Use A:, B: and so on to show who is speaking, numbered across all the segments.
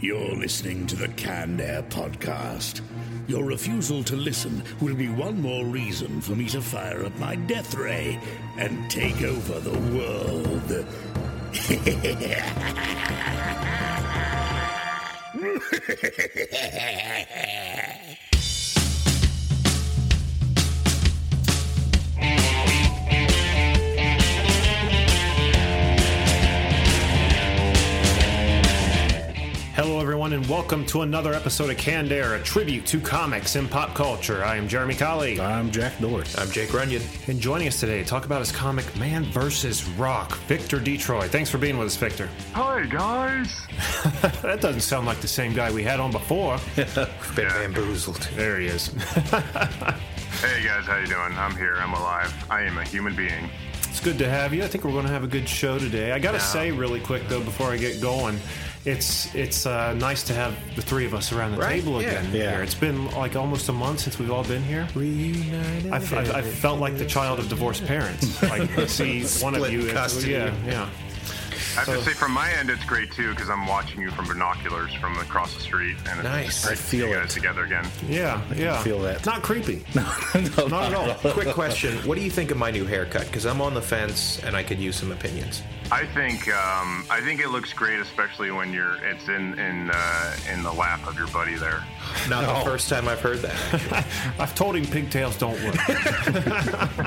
A: You're listening to the Canned Air Podcast. Your refusal to listen will be one more reason for me to fire up my death ray and take over the world.
B: Hello, everyone, and welcome to another episode of Canned Air, a tribute to comics and pop culture. I am Jeremy Colley,
C: I'm Jack Norris.
D: I'm Jake Runyon.
B: and joining us today to talk about his comic Man vs. Rock, Victor Detroit. Thanks for being with us, Victor.
E: Hi guys!
B: That doesn't sound like the same guy we had on before.
D: Been bamboozled.
B: there he is.
E: Hey guys, how you doing? I'm here. I'm alive. I am a human being.
B: It's good to have you. I think we're going to have a good show today. I got to say really quick though before I get going, it's it's uh, nice to have the three of us around the
D: Right?
B: table
D: Yeah.
B: again
C: Yeah.
B: here. It's been like almost a month since we've all been here. Reunited. I've, I've, I've felt like the child of divorced parents. Like I see one of
C: Split
B: you.
C: custody.
B: Yeah, yeah.
E: I have to say, from my end, it's great too because I'm watching you from binoculars from across the street, and it's
D: Nice.
E: great
C: I
E: to see
C: feel
E: you
C: it.
E: guys together again.
B: Yeah, I
C: can
B: yeah.
C: feel that.
B: Not creepy.
C: no,
B: Not at all.
D: Quick question. What do you think of my new haircut? Because I'm on the fence and I could use some opinions.
E: I think um, I think it looks great, especially when you're it's in in uh, in the lap of your buddy there.
D: Not the first time I've heard that. actually.
B: I've told him pigtails don't work.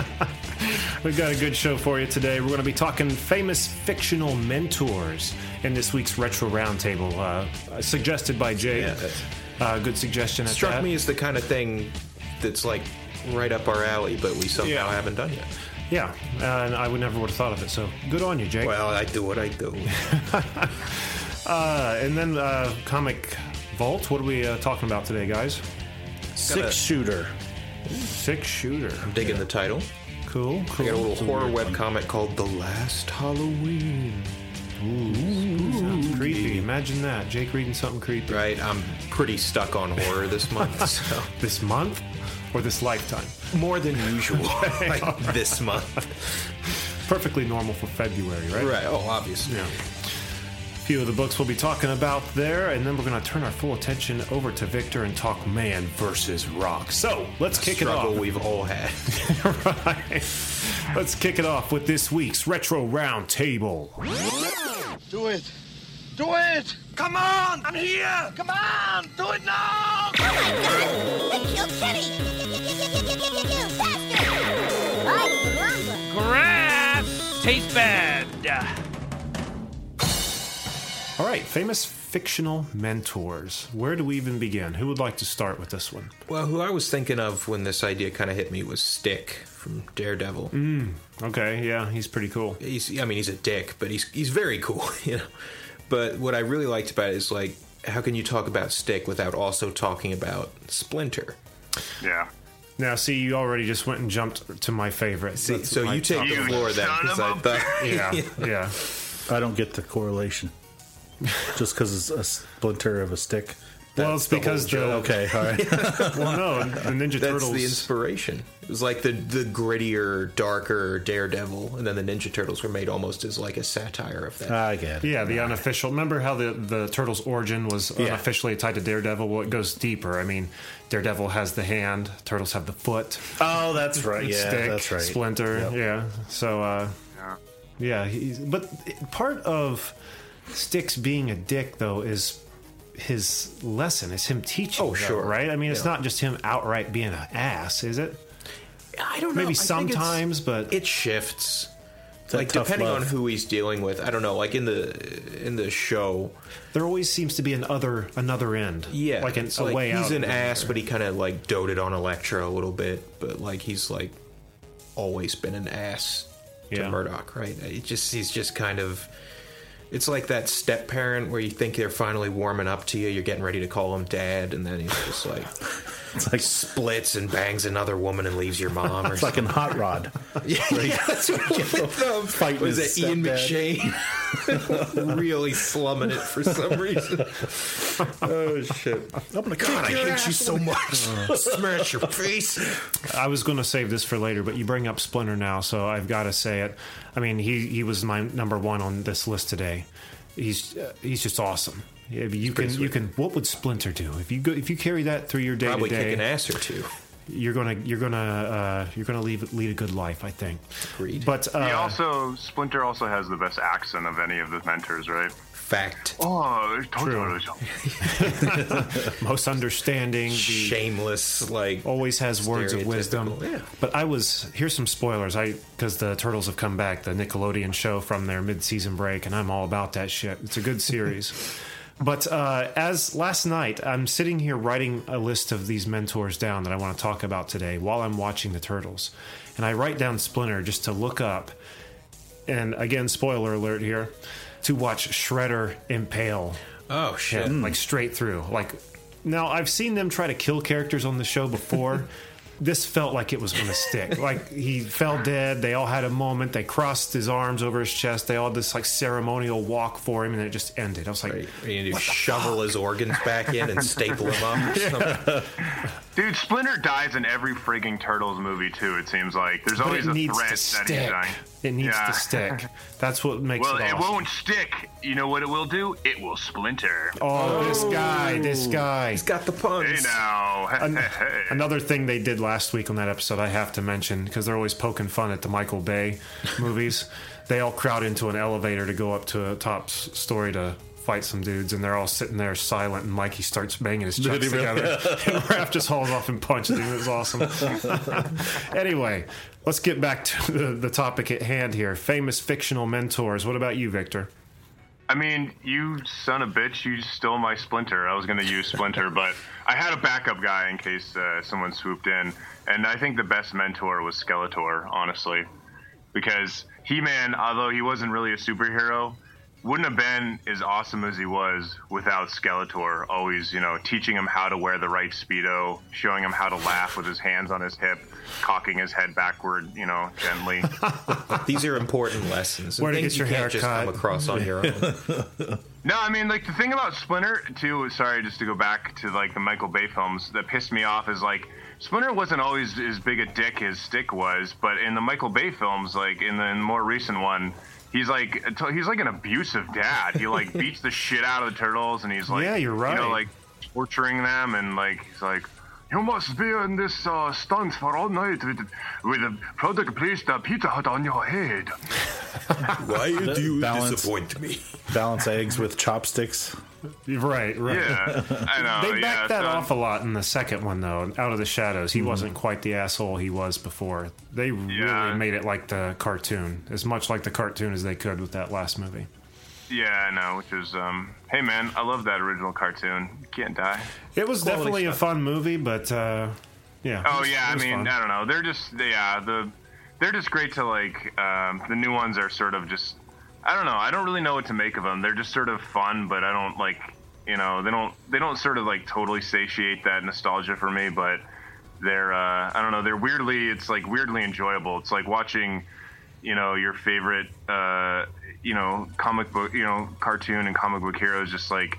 B: We've got a good show for you today. We're going to be talking famous fictional mentors in this week's Retro Roundtable, uh, suggested by Jay.
D: Yeah, that's-
B: uh, good suggestion. At
D: Struck
B: that.
D: me as the kind of thing that's like right up our alley, but we somehow
B: Yeah.
D: haven't done yet.
B: Yeah, and I would never would have thought of it. So good on you, Jake.
D: Well, I do what I do.
B: Uh, and then uh, comic vault. What are we uh, talking about today, guys?
C: Six shooter.
B: Six shooter.
D: Digging the title.
B: Cool. Cool.
D: I got a little horror web comic called The Last Halloween.
B: Sounds creepy. Imagine that, Jake reading something creepy.
D: Right? I'm pretty stuck on horror this month, so
B: This month or this lifetime.
D: more than usual. like this month.
B: perfectly normal for February, right?
D: Right. Oh, obviously.
B: Yeah. Few of the books we'll be talking about there, and then we're going to turn our full attention over to Victor and talk man versus rock. So let's kick it
D: Struggle
B: off.
D: we've all had.
B: right. Let's kick it off with this week's retro round table.
F: Do it! Do it! Come on! I'm here! Come on! Do it now!
G: Oh my god! They killed Kenny! Faster! Ay,
H: Grass tastes bad.
B: All right, famous fictional mentors. Where do we even begin? Who would like to start with this one?
D: Well, who I was thinking of when this idea kind of hit me was Stick from Daredevil.
B: Mm-hmm. Okay, yeah, he's pretty cool.
D: He's, I mean, he's a dick, but he's he's very cool, you know. But what I really liked about it is like, how can you talk about Stick without also talking about Splinter?
E: Yeah.
B: Now, see, you already just went and jumped to my favorite.
D: See,
B: That's
D: so
B: my
D: you take
E: You
D: the floor then,
E: son
D: because
E: of
D: I
E: a
D: thought,
B: top- Yeah, yeah.
C: I don't get the correlation. Just because it's a splinter of a stick.
B: well, it's because the,
C: Okay, all right.
B: well, no, the Ninja
D: that's
B: Turtles.
D: the inspiration. It was like the the grittier, darker Daredevil, and then the Ninja Turtles were made almost as like a satire of
B: Uh,
D: that.
C: I get it.
B: Yeah, the unofficial. Remember how the the turtle's origin was
C: Yeah.
B: unofficially tied to Daredevil? Well, it goes deeper. I mean, Daredevil has the hand, turtles have the foot,
C: Oh, that's right. Yeah,
B: stick,
C: that's right.
B: splinter.
C: Yep.
B: Yeah. So, uh, yeah, he's, but it- part of Stick's being a dick though is his lesson is him teaching.
D: Oh,
B: that,
D: sure.
B: right? I mean, it's
D: Yeah.
B: not just him outright being an ass, is it?
D: I don't know.
B: Maybe
D: I think it's-
B: sometimes, but
D: it shifts
C: that
D: like
C: tough
D: depending
C: love.
D: on who he's dealing with i don't know like in the in the show
B: there always seems to be an other another end.
D: yeah
B: like an,
D: it's
B: a
D: like
B: way out.
D: he's an
B: of it.
D: ass but he kind of like doted on electro a little bit but like he's like always been an ass
B: Yeah.
D: to murdoch right it just he's just kind of it's like that step parent where you think they're finally warming up to you you're getting ready to call him dad and then he's just like
C: It's like,
D: splits and bangs another woman and leaves your mom or
C: it's like
D: something
C: an hot rod.
D: Yeah, yeah, that's what um,
C: Fighting
D: was
C: his
D: it Ian
C: stepdad.
D: McShane really slumming it for some reason. oh shit!
C: I'm gonna kick your ass.
D: much. Smash your face.
B: I was going to save this for later, but you bring up Splinter now, so I've got to say it. I mean, he he was my number one on this list today. He's uh, he's just awesome. If you can, you
D: sweet.
B: can. What would Splinter do if you go, if you carry that through your day to
D: Probably kick an
B: day?
D: ass or two.
B: You're gonna you're gonna uh, you're gonna leave, lead a good life, I think.
D: Agreed.
B: But uh,
E: He also Splinter also has the best accent of any of the mentors, right?
D: Fact.
E: Oh, there's
B: True. most understanding, the
D: Shameless, like
B: always has words of wisdom.
D: Stereotypical, yeah.
B: But I was here's some spoilers. I because the Turtles have come back, the Nickelodeon show from their mid-season break, and I'm all about that shit. It's a good series. but uh, as last night, I'm sitting here writing a list of these mentors down that I want to talk about today while I'm watching the Turtles, and I write down Splinter just to look up. And again, spoiler alert here. To watch Shredder impale
D: Oh
B: yeah,
D: shit!
B: like straight through. Like now, I've seen them try to kill characters on the show before. this felt like it was going to stick. Like he fell dead. They all had a moment. They crossed his arms over his chest. They all this like ceremonial walk for him, and it just ended. I was like,
D: Right. Are you gonna do shovel his organs back in and staple him up? Or something?
E: Dude, Splinter dies in every frigging Turtles movie too. It seems like there's
B: but
E: always
B: it
E: a
B: needs to
E: threat that he's
B: stick.
E: dying.
B: It needs
E: Yeah.
B: to stick. That's what makes
E: Well,
B: it.
E: it
B: Awesome.
E: won't stick. You know what it will do? It will splinter.
B: Oh, this guy! This
E: Oh.
B: guy!
D: He's got the puns.
E: Hey now,
B: Another thing they did last week on that episode, I have to mention because they're always poking fun at the Michael Bay movies. They all crowd into an elevator to go up to a top s- story to fight some dudes, and they're all sitting there silent. And Mikey starts banging his
C: Did
B: chucks
C: he really?
B: together. and Raph just hauls off and punches him. It was awesome. anyway, let's get back to the, the topic at hand here. Famous fictional mentors. What about you, Victor?
E: I mean, you son of a bitch, you stole my Splinter. I was going to use Splinter, but I had a backup guy in case uh, someone swooped in. And I think the best mentor was Skeletor, honestly. Because He Man, although he wasn't really a superhero, wouldn't have been as awesome as he was without Skeletor always, you know, teaching him how to wear the right Speedo, showing him how to laugh with his hands on his hip, cocking his head backward, you know, gently.
D: These are important lessons. and
B: Where to
D: things
B: get
D: you
B: your
D: can't
B: hair
D: just
B: cut.
D: come across on your own.
E: No, I mean, like the thing about Splinter too. Sorry, just to go back to like the Michael Bay films that pissed me off is like Splinter wasn't always as big a dick as Stick was, but in the Michael Bay films, like in the, in the more recent one, he's like a t- he's like an abusive dad. He like beats the shit out of the turtles, and he's like,
B: Yeah, you're
E: you
B: right.
E: know, like torturing them, and like he's like. You must be in this uh, stunt for all night with, with a product placed a pizza hut on your head.
D: Why do
C: you Balance. disappoint
D: me?
C: Balance eggs with chopsticks.
B: Right, right.
E: Yeah, I know.
B: They
E: Oh, yeah,
B: backed that
E: so-
B: off a lot in the second one, though. Out of the shadows,
E: Hmm.
B: he wasn't quite the asshole he was before. They
E: Yeah.
B: really made it like the cartoon, as much like the cartoon as they could with that last movie.
E: Yeah, I know, which is um hey man, I love that original cartoon. You can't die.
B: It was definitely a fun movie, but uh, yeah. it
E: Oh
B: was-
E: yeah,
B: it
E: I
B: was
E: mean,
B: fun.
E: I don't know. They're just yeah, the they're just great to like um the new ones are sort of just I don't know. I don't really know what to make of them. They're just sort of fun, but I don't like, you know, they don't they don't sort of like totally satiate that nostalgia for me, but they're uh I don't know, they're weirdly it's like weirdly enjoyable. It's like watching you know your favorite uh, you know comic book you know cartoon and comic book heroes just like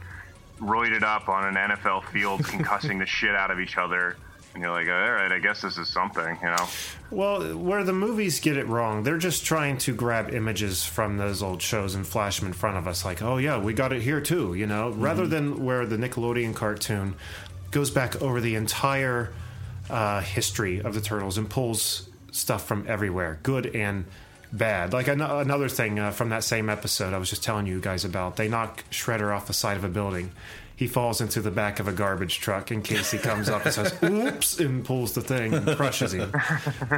E: roided up on an NFL field concussing the shit out of each other and you're like all right I guess this is something you know
B: Well, where the movies get it wrong, they're just trying to grab images from those old shows and flash them in front of us, like, oh, yeah, we got it here too, you know, rather than where the Nickelodeon cartoon goes back over the entire uh, history of the Turtles and pulls stuff from everywhere, good and bad. Like an- another thing uh, from that same episode I was just telling you guys about, they knock Shredder off the side of a building. He falls into the back of a garbage truck in case he comes up and says, oops, and pulls the thing and crushes him.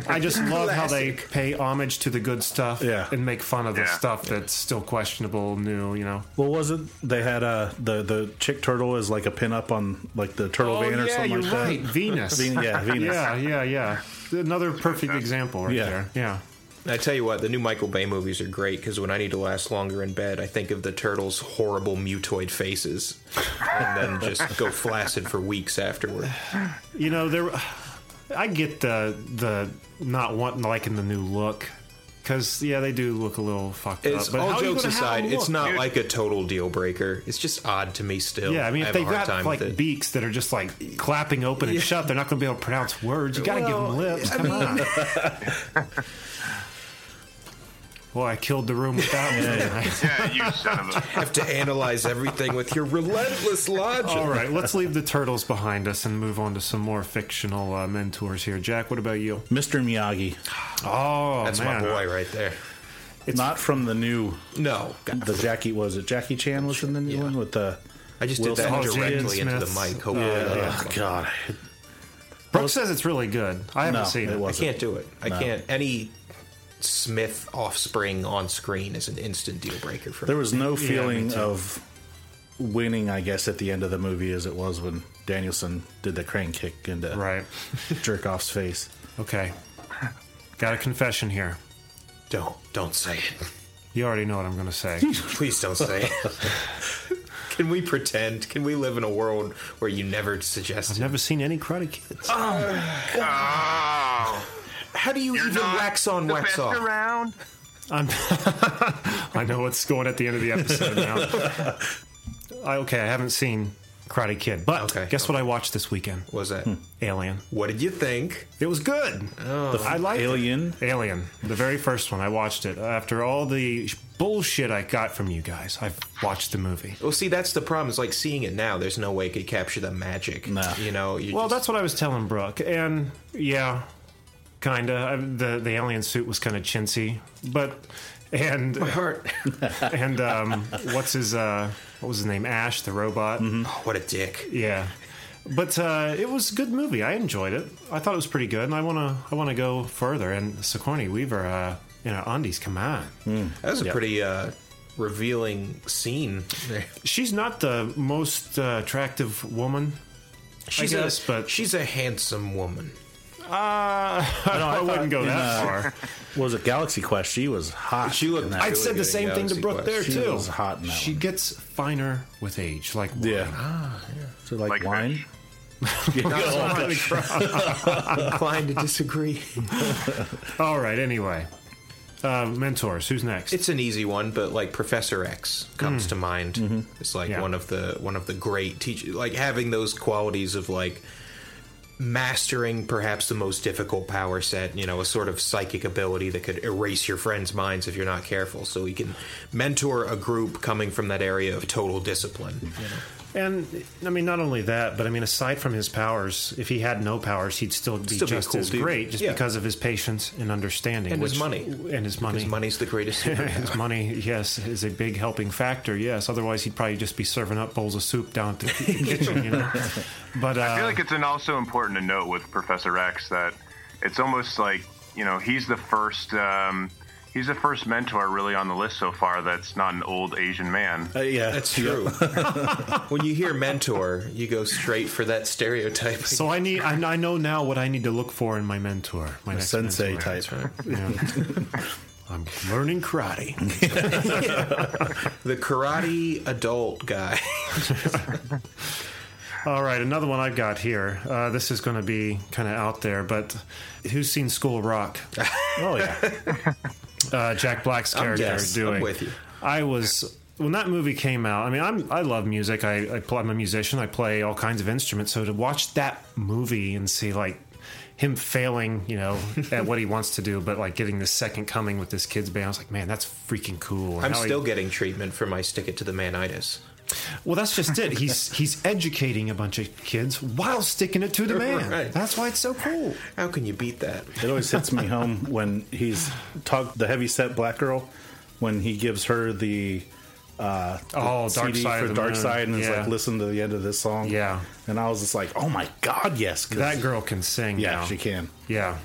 B: I just love how they pay homage to the good stuff
C: Yeah.
B: and make fun of the
E: Yeah.
B: stuff that's still questionable, new, you know.
C: What was it? They had uh, the the chick turtle as like a pin up on like the
B: Oh,
C: turtle van or something like that.
B: Venus.
C: Ven- yeah, Venus.
B: Yeah, yeah, yeah. Another perfect example right
C: Yeah.
B: there. Yeah.
D: I tell you what, the new Michael Bay movies are great because when I need to last longer in bed, I think of the turtles' horrible mutoid faces, and then just go flaccid for weeks afterward.
B: Uh, You know, there I get the the not wanting liking the new look cuz yeah, they do look a little fucked
D: It's
B: up. But how
D: all
B: are you
D: jokes
B: gonna have
D: aside,
B: them
D: it's
B: look?
D: not like a total deal breaker. It's just odd to me still.
B: yeah, I mean, if
D: have
B: they've
D: a
B: got
D: hard time
B: like
D: with it.
B: beaks that are just like clapping open and shut, they're not going to be able to pronounce words. You got to give them lips. Come on. Well, I killed the room with that one. didn't I?
E: Yeah, you son of a.
D: have to analyze everything with your relentless logic.
B: All right, let's leave the turtles behind us and move on to some more fictional uh, mentors here. Jack, what about you?
C: Mr. Miyagi,
B: Oh,
D: That's
B: man.
D: my boy right there.
C: not from the new
D: No, God,
C: the Jackie was it Jackie Chan was in the new
D: Yeah.
C: one with the.
D: I just
C: Will
D: did that
C: Smith.
D: directly
B: Ian
D: into the
B: Smith.
D: mic. Hopefully, that
C: Oh God,
B: Brooke says it's really good. I haven't
C: no,
B: seen it.
C: it
D: I
C: wasn't.
D: can't do it. I can't. Any Smith offspring on screen is an instant deal breaker for
C: There
D: me.
C: was no feeling
B: too.
C: of winning, I guess, at the end of the movie as it was when Danielson did the crane kick into
B: Right.
C: Jerkoff's face.
B: Okay. Got a confession here.
D: Don't don't say it.
B: You already know what I'm going to say.
D: Please don't say it. Can we pretend? Can we live in a world where you never
B: I've
D: suggest? it?
B: never seen any Karate Kids.
E: Oh,
D: How do you
E: you're
D: even
E: not
D: wax on,
E: the
D: wax
E: best
D: off?
E: around.
B: I'm I know what's going at the end of the episode now. I, okay, I haven't seen Karate Kid, but
D: Okay,
B: guess
D: okay.
B: what I watched this weekend?
D: What Was that?
B: Alien.
D: What did you think?
B: It was good. I like
C: Alien.
B: Alien, the very first one. I watched it after all the sh- bullshit I got from you guys. I've watched the movie.
D: Well, see, that's the problem. It's like seeing it now. There's no way it could capture the magic.
C: Nah.
D: You know. You
B: Well,
D: just-
B: that's what I was telling Brooke, and yeah, kinda. I, the The alien suit was kind of chintzy, but and
D: my heart.
B: and um, what's his uh, what was his name? Ash, the robot.
D: Oh, what a dick.
B: Yeah. But uh, it was a good movie. I enjoyed it. I thought it was pretty good, and I wanna I wanna go further. And Sigourney Weaver, uh, you know, undies, come on.
D: That was a pretty uh, revealing scene. there.
B: She's not the most uh, attractive woman
D: She's
B: guess,
D: a,
B: but-
D: she's a handsome woman.
B: Uh, I, wouldn't go
C: uh,
B: that far.
C: Was it Galaxy Quest? She was hot.
D: She looked-
C: in
B: I
C: that.
D: really
B: said the
D: good
B: same
D: in
B: thing to
D: Galaxy
B: Brooke
D: Quest.
B: there
C: She
B: too.
C: was hot in that
B: She
C: one.
B: gets finer with age, like wine.
C: Ah, yeah. So like,
E: Like
C: wine. Oh,
D: Inclined to disagree.
B: All right. Anyway, uh, mentors. Who's next?
D: It's an easy one, but like Professor X comes to mind. It's like
B: Yeah.
D: one of the one of the great teach like having those qualities of like mastering perhaps the most difficult power set, you know, a sort of psychic ability that could erase your friends' minds if you're not careful. So he can mentor a group coming from that area of total discipline. you know.
B: and I mean, not only that, but I mean, aside from his powers, if he had no powers, he'd still be
D: Still be a
B: just
D: cool
B: as
D: dude.
B: great, just
D: Yeah.
B: because of his patience and understanding,
D: And his
B: which-
D: money.
B: and his money.
D: Because money's the greatest superpower.
B: His money, yes, is a big helping factor. Yes, otherwise he'd probably just be serving up bowls of soup down at the kitchen, you know. But uh,
E: I feel like it's an also important to note with Professor X that it's almost like you know he's the first um, he's the first mentor really on the list so far that's not an old Asian man.
C: Uh, yeah.
D: That's true. when you hear mentor, you go straight for that stereotype.
B: So I need. I, I know now what I need to look for in my mentor, my next
C: Sensei
B: mentor.
C: type.
B: Yeah. I'm learning karate.
D: the karate adult guy.
B: All right, another one I've got here. Uh, this is going to be kind of out there, but who's seen School Rock?
C: Oh yeah.
B: Uh, Jack Black's character
D: yes, I'm
B: doing.
D: with you.
B: I was when that movie came out. I mean, I'm I love music. I, I play, I'm a musician. I play all kinds of instruments. So to watch that movie and see like him failing, you know, at what he wants to do, but like getting the second coming with this kids band, I was like, man, that's freaking cool. And
D: I'm
B: how he-
D: still getting treatment for my stick it to the manitis.
B: Well, that's just it. He's he's educating a bunch of kids while sticking it to the man.
D: Right.
B: That's why it's so cool.
D: How can you beat that?
C: It always hits me home when he's talk the heavy set black girl when he gives her the uh the
B: Oh, Dark Side
C: for
B: of the
C: Dark
B: Moon.
C: Side and it's
B: Yeah.
C: like listen to the end of this song.
B: Yeah.
C: And I was just like, "Oh my god, yes." 'cause-
B: That girl can sing.
C: yeah,
B: now.
C: she can.
B: Yeah,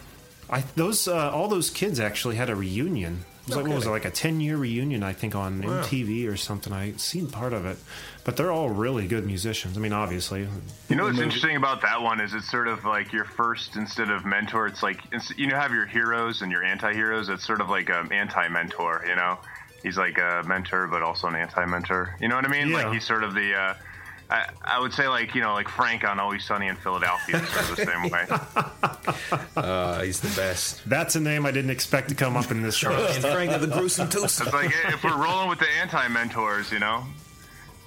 B: I those uh, all those kids actually had a reunion. It was like what was it like a ten year reunion? I think on MTV or something. I seen part of it, but they're all really good musicians. I mean, obviously,
E: You know what's interesting about that one is it's sort of like your first instead of mentor. It's like it's, you know have your heroes and your anti-heroes. It's sort of like an anti-mentor. You know, he's like a mentor but also an anti-mentor. You know what I mean?
B: Yeah.
E: Like he's sort of the. Uh, I, I would say like you know like Frank on Always Sunny in Philadelphia is sort of the same way.
D: Uh, he's the best.
B: that's a name I didn't expect to come up in this show.
D: and Frank of the gruesome twosome.
E: It's like eh, if we're rolling with the anti-mentors, you know,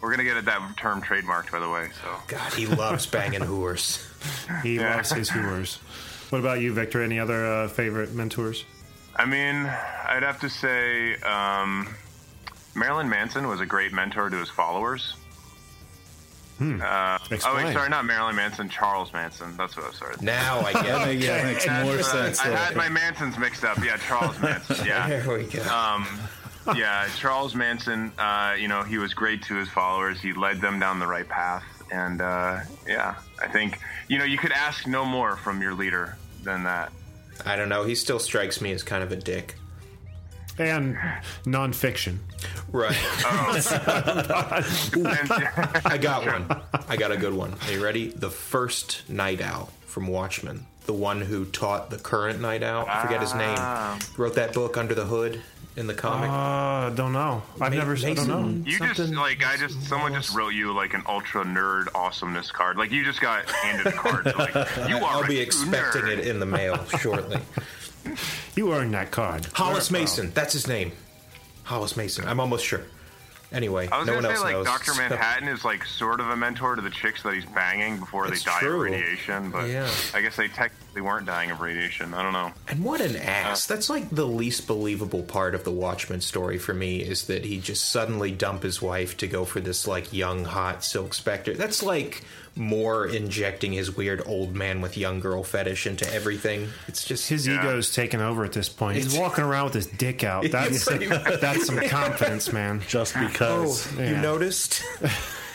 E: we're gonna get at that term trademarked by the way. So
D: God, he loves banging whores.
C: Oh,
B: He loves his viewers. What about you, Victor? Any other uh, favorite mentors?
E: I mean, I'd have to say um, Marilyn Manson was a great mentor to his followers. Oh, wait,
B: Explain.
E: sorry, not Marilyn Manson, Charles Manson. That's what I was sorry.
D: Now I get it.
C: Yeah, makes more sense.
E: I had
C: there.
E: my Mansons mixed up. Yeah, Charles Manson. Yeah.
D: There we go.
E: yeah, Charles Manson, uh, you know, he was great to his followers. He led them down the right path. And uh, yeah, I think, you know, you could ask no more from your leader than that.
D: I don't know. He still strikes me as kind of a dick.
B: and nonfiction.
D: Right.
E: And- uh,
D: I got one. I got a good one. Are you ready? The first night owl from Watchmen, the one who taught the current night owl. I forget his name. Wrote that book under the hood in the comic.
B: Uh, don't know. I've never. I don't know.
E: You just like I just someone just wrote you like an ultra nerd awesomeness card. Like you just got handed a card. Like you are.
D: I'll be
E: a
D: expecting
E: nerd.
D: it in the mail shortly.
B: You earned that card.
D: Hollis Mason. That's his name. Hollis Mason. I'm almost sure. Anyway,
E: I was
D: no one
E: gonna
D: else
E: say like
D: knows.
E: Doctor
D: so-
E: Manhattan is like sort of a mentor to the chicks that he's banging before
D: That's
E: they die
D: true.
E: of radiation, but
D: Yeah.
E: I guess they technically weren't dying of radiation. I don't know.
D: And what an ass. That's like the least believable part of the Watchman story for me is that he just suddenly dump his wife to go for this like young hot silk specter. That's like Moore injecting his weird old man with young girl fetish into everything. It's just
B: His ego's taken over at this point. He's
D: It's-
B: walking around with his dick out. That's
D: pretty much-
B: that's some confidence, man.
C: just
D: Oh,
C: because.
D: you
B: Yeah.
D: noticed?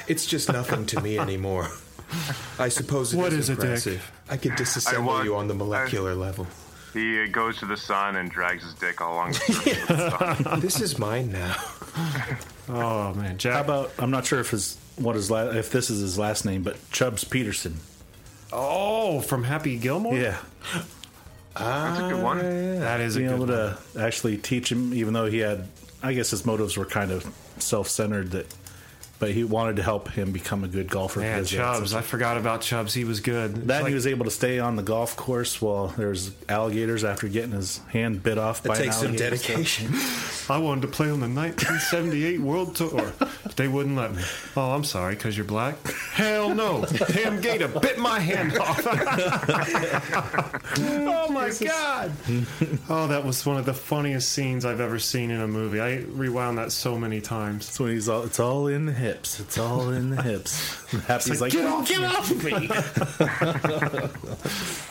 D: it's just nothing to me anymore. I suppose it
B: What is a dick?
D: impressive. I could disassemble
E: want-
D: you on the molecular level.
E: He uh, goes to the sun and drags his dick all along the surface of the sun.
D: This is mine now.
B: Oh man,
C: How
B: Jack.
C: about I'm not sure if his what his la- if this is his last name, but Chubbs Peterson.
B: Oh, from Happy Gilmore.
C: Yeah,
E: That's a good one.
B: that is a
C: being
B: good.
C: able
B: One.
C: to actually teach him, even though he had, I guess his motives were kind of self-centered that, but he wanted to help him become a good golfer.
B: Man,
C: because he had
B: Chubbs.
C: such-
B: I forgot about Chubbs. He was good. It's
C: that
B: like-
C: he was able to stay on the golf course while there's alligators after getting his hand bit off
D: It
C: by
D: takes
C: an
D: some
C: alligator.
D: dedication.
B: I wanted to play on the 1978 World Tour. They wouldn't let me. Oh, I'm sorry, because you're black? Hell no. Pam Gator bit my hand off. oh, my God. oh, that was one of the funniest scenes I've ever seen in a movie. I rewound that so many times.
C: That's when he's all, it's all in the hips. It's all in the hips. And Happy's like,
B: "Get off me."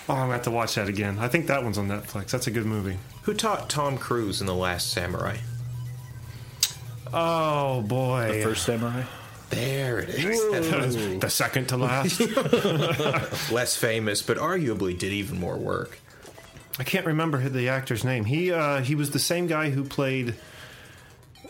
B: Oh, I'm going to have to watch that again. I think that one's on Netflix. That's a good movie.
D: Who taught Tom Cruise in The Last Samurai?
B: Oh, boy. The,
C: First samurai.
D: There it is. That's what it's-
B: second to last.
D: Less famous, but arguably did even more work.
B: I can't remember hi- the actor's name. He uh, he was the same guy who played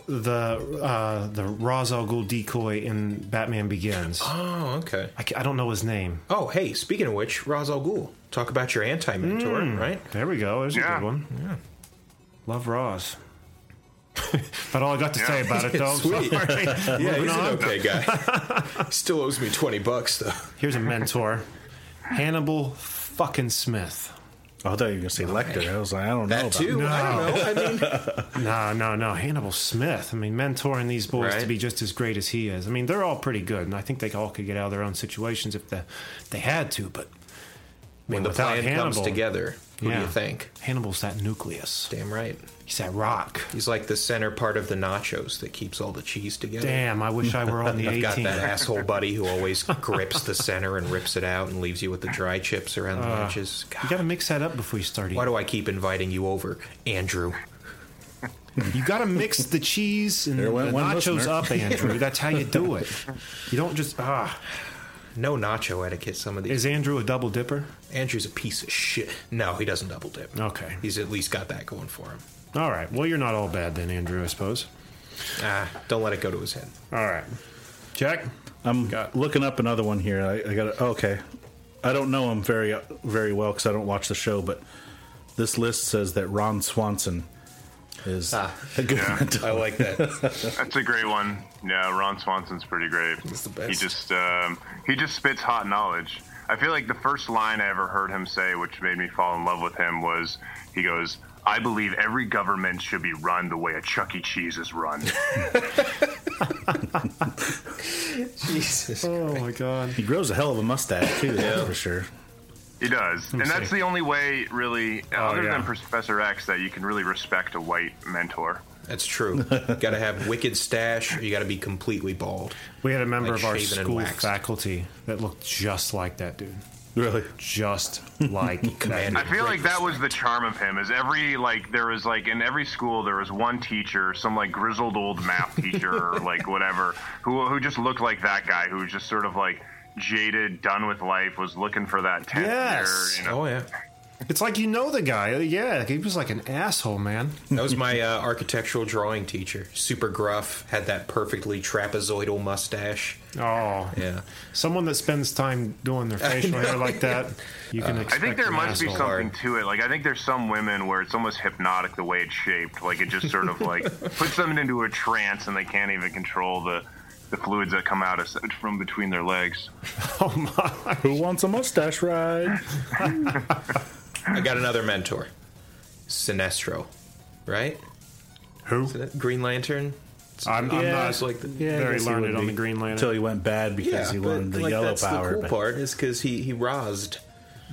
B: the uh, the Ra's al Ghul decoy in Batman Begins. I,
D: Oh, okay.
B: ca- I don't know his name.
D: Oh, hey, speaking of which, Ra's al Ghul. Talk about your anti mentor, right?
B: There we go. There's a
E: Yeah.
B: good one. Yeah. Love Ra's. but all I got to say about it, though. I'm
D: Sweet.
B: sorry.
D: Yeah,
B: Moving
D: he's an
B: on.
D: okay guy. Still owes me 20 bucks, though.
B: Here's a mentor, Hannibal fucking Smith.
C: Oh, I thought you were gonna say Lecter. I was like, I don't know.
D: That
C: about
D: too?
C: him.
D: I don't know. I mean,
B: No, no, no. Hannibal Smith. I mean, mentoring these boys
D: Right.
B: to be just as great as he is. I mean, they're all pretty good, and I think they all could get out of their own situations if the, they had to. But I mean,
D: when the
B: without
D: plan comes together, who do
B: Yeah.
D: you think?
B: Hannibal's that nucleus.
D: Damn right.
B: He's that rock.
D: He's like the center part of the nachos that keeps all the cheese together.
B: Damn, I wish I were on the
D: I've got
B: 18.
D: that asshole buddy who always grips the center and rips it out and leaves you with the dry chips around the edges.
B: Uh, You
D: God,
B: gotta mix that up before you start
D: why
B: eating.
D: do I keep inviting you over, Andrew?
B: You gotta mix the cheese and the
C: There went one
B: nachos
C: listener.
B: up, Andrew. That's how you do it. You don't just ah.
D: No nacho etiquette. Some of these.
B: Is Andrew a double dipper?
D: Andrew's a piece of shit. No, he doesn't double dip.
B: Okay.
D: He's at least got that going for him.
B: All right. Well, you're not all bad then, Andrew. I suppose.
D: Ah, don't let it go to his head.
B: All right. Jack.
C: I'm
B: Got-
C: looking up another one here. I, I got okay. I don't know him very very well because I don't watch the show, but this list says that Ron Swanson is
D: Ah.
C: a good
D: I like that.
E: That's a great one. Yeah, Ron Swanson's pretty great.
D: He's the best.
E: He just um, he just spits hot knowledge. I feel like the first line I ever heard him say, which made me fall in love with him, was he goes, "I believe every government should be run the way a Chuck E. Cheese is run."
D: Jesus.
B: Oh my god.
C: He grows a hell of a mustache too, that's for sure.
E: He does, and that's
B: see. Oh,
E: the only way, really, other
B: yeah.
E: than Professor X, that you can really respect a white mentor.
D: That's true. got to have wicked stash. Or you got to be completely bald.
B: We had a member
D: Like
B: of our
D: shaven and
B: school
D: waxed.
B: faculty that looked just like that dude.
C: Really?
B: Just like
D: Commander.
B: that.
E: I feel
D: Great
E: like that was the charm of him. Is every like there was like in every school there was one teacher, some like grizzled old math teacher or like whatever, who who just looked like that guy who was just sort of like jaded, done with life, was looking for that tenth
B: Yes.
E: year. You know?
D: Oh yeah,
B: It's like you know the guy. Yeah, he was like an asshole, man.
D: that was my uh, architectural drawing teacher. Super gruff, had that perfectly trapezoidal mustache.
B: Oh,
D: Yeah,
B: someone that spends time doing their facial hair like that, you can.
E: I
B: expect
E: think there
B: an
E: must be
B: asshole.
E: something to it. Like I think there's some women where it's almost hypnotic the way it's shaped. Like it just sort of like puts them into a trance and they can't even control the the fluids that come out of, from between their legs.
B: Oh my!
C: Who wants a mustache ride?
D: I got another mentor, Sinestro, right?
B: Who?
D: Green Lantern.
B: I'm, I'm
C: Yeah.
B: not
D: It's like the,
C: Yeah, I
B: very
C: guess he
B: learned
C: would
B: on
C: be.
B: the Green Lantern.
C: Until he went bad because he learned the yellow
D: that's
C: power.
D: The cool
C: but-
D: part is because he he rosed.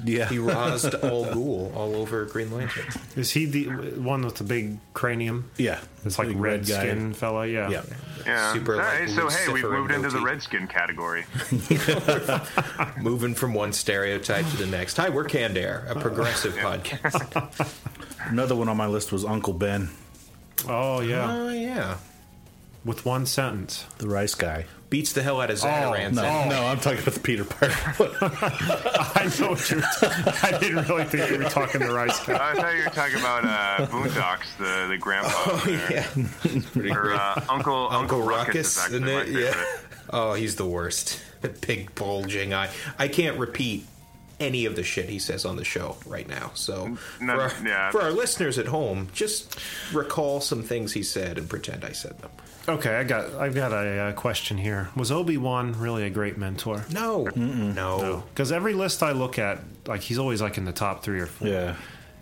C: Yeah.
D: He rosed all ghoul all over Green Lantern.
B: Is he the one with the big cranium?
C: yeah.
B: It's like
C: Big
B: red, skin fella. Yeah.
C: Yeah.
E: Yeah.
D: Super,
E: All right,
D: like,
E: so hey, we've
D: Lucifer
E: moved into the
D: goatee.
E: redskin category.
D: Moving from one stereotype to the next. Hi, we're Candair, a progressive podcast.
C: Another one on my list was Uncle Ben,
B: Oh yeah.
D: Oh yeah,
B: With one sentence.
C: the rice guy.
D: beats the hell out of
B: Oh,
D: Zatarans.
C: Oh, No, no, I'm talking about the Peter Parker.
B: I know what you're. T- I didn't really think you were talking the rice guy.
E: I thought you were talking about uh, Boondocks, the the grandpa,
D: Oh, yeah,
E: or uh, Uncle
D: Uncle
E: Uncle Ruckus. is
D: Ruckus,
E: actually
D: and
E: my
D: then,
E: favorite.
D: yeah. Oh, he's the worst. Big bulging eye. I can't repeat any of the shit he says on the show right now. So
E: No,
D: for, our,
E: yeah.
D: for our listeners at home, just recall some things he said and pretend I said them.
B: Okay, I got. I've got a uh, question here. Was Obi Wan really a great mentor?
D: No, no,
B: Because every list I look at, like he's always like in the top three or four.
C: yeah.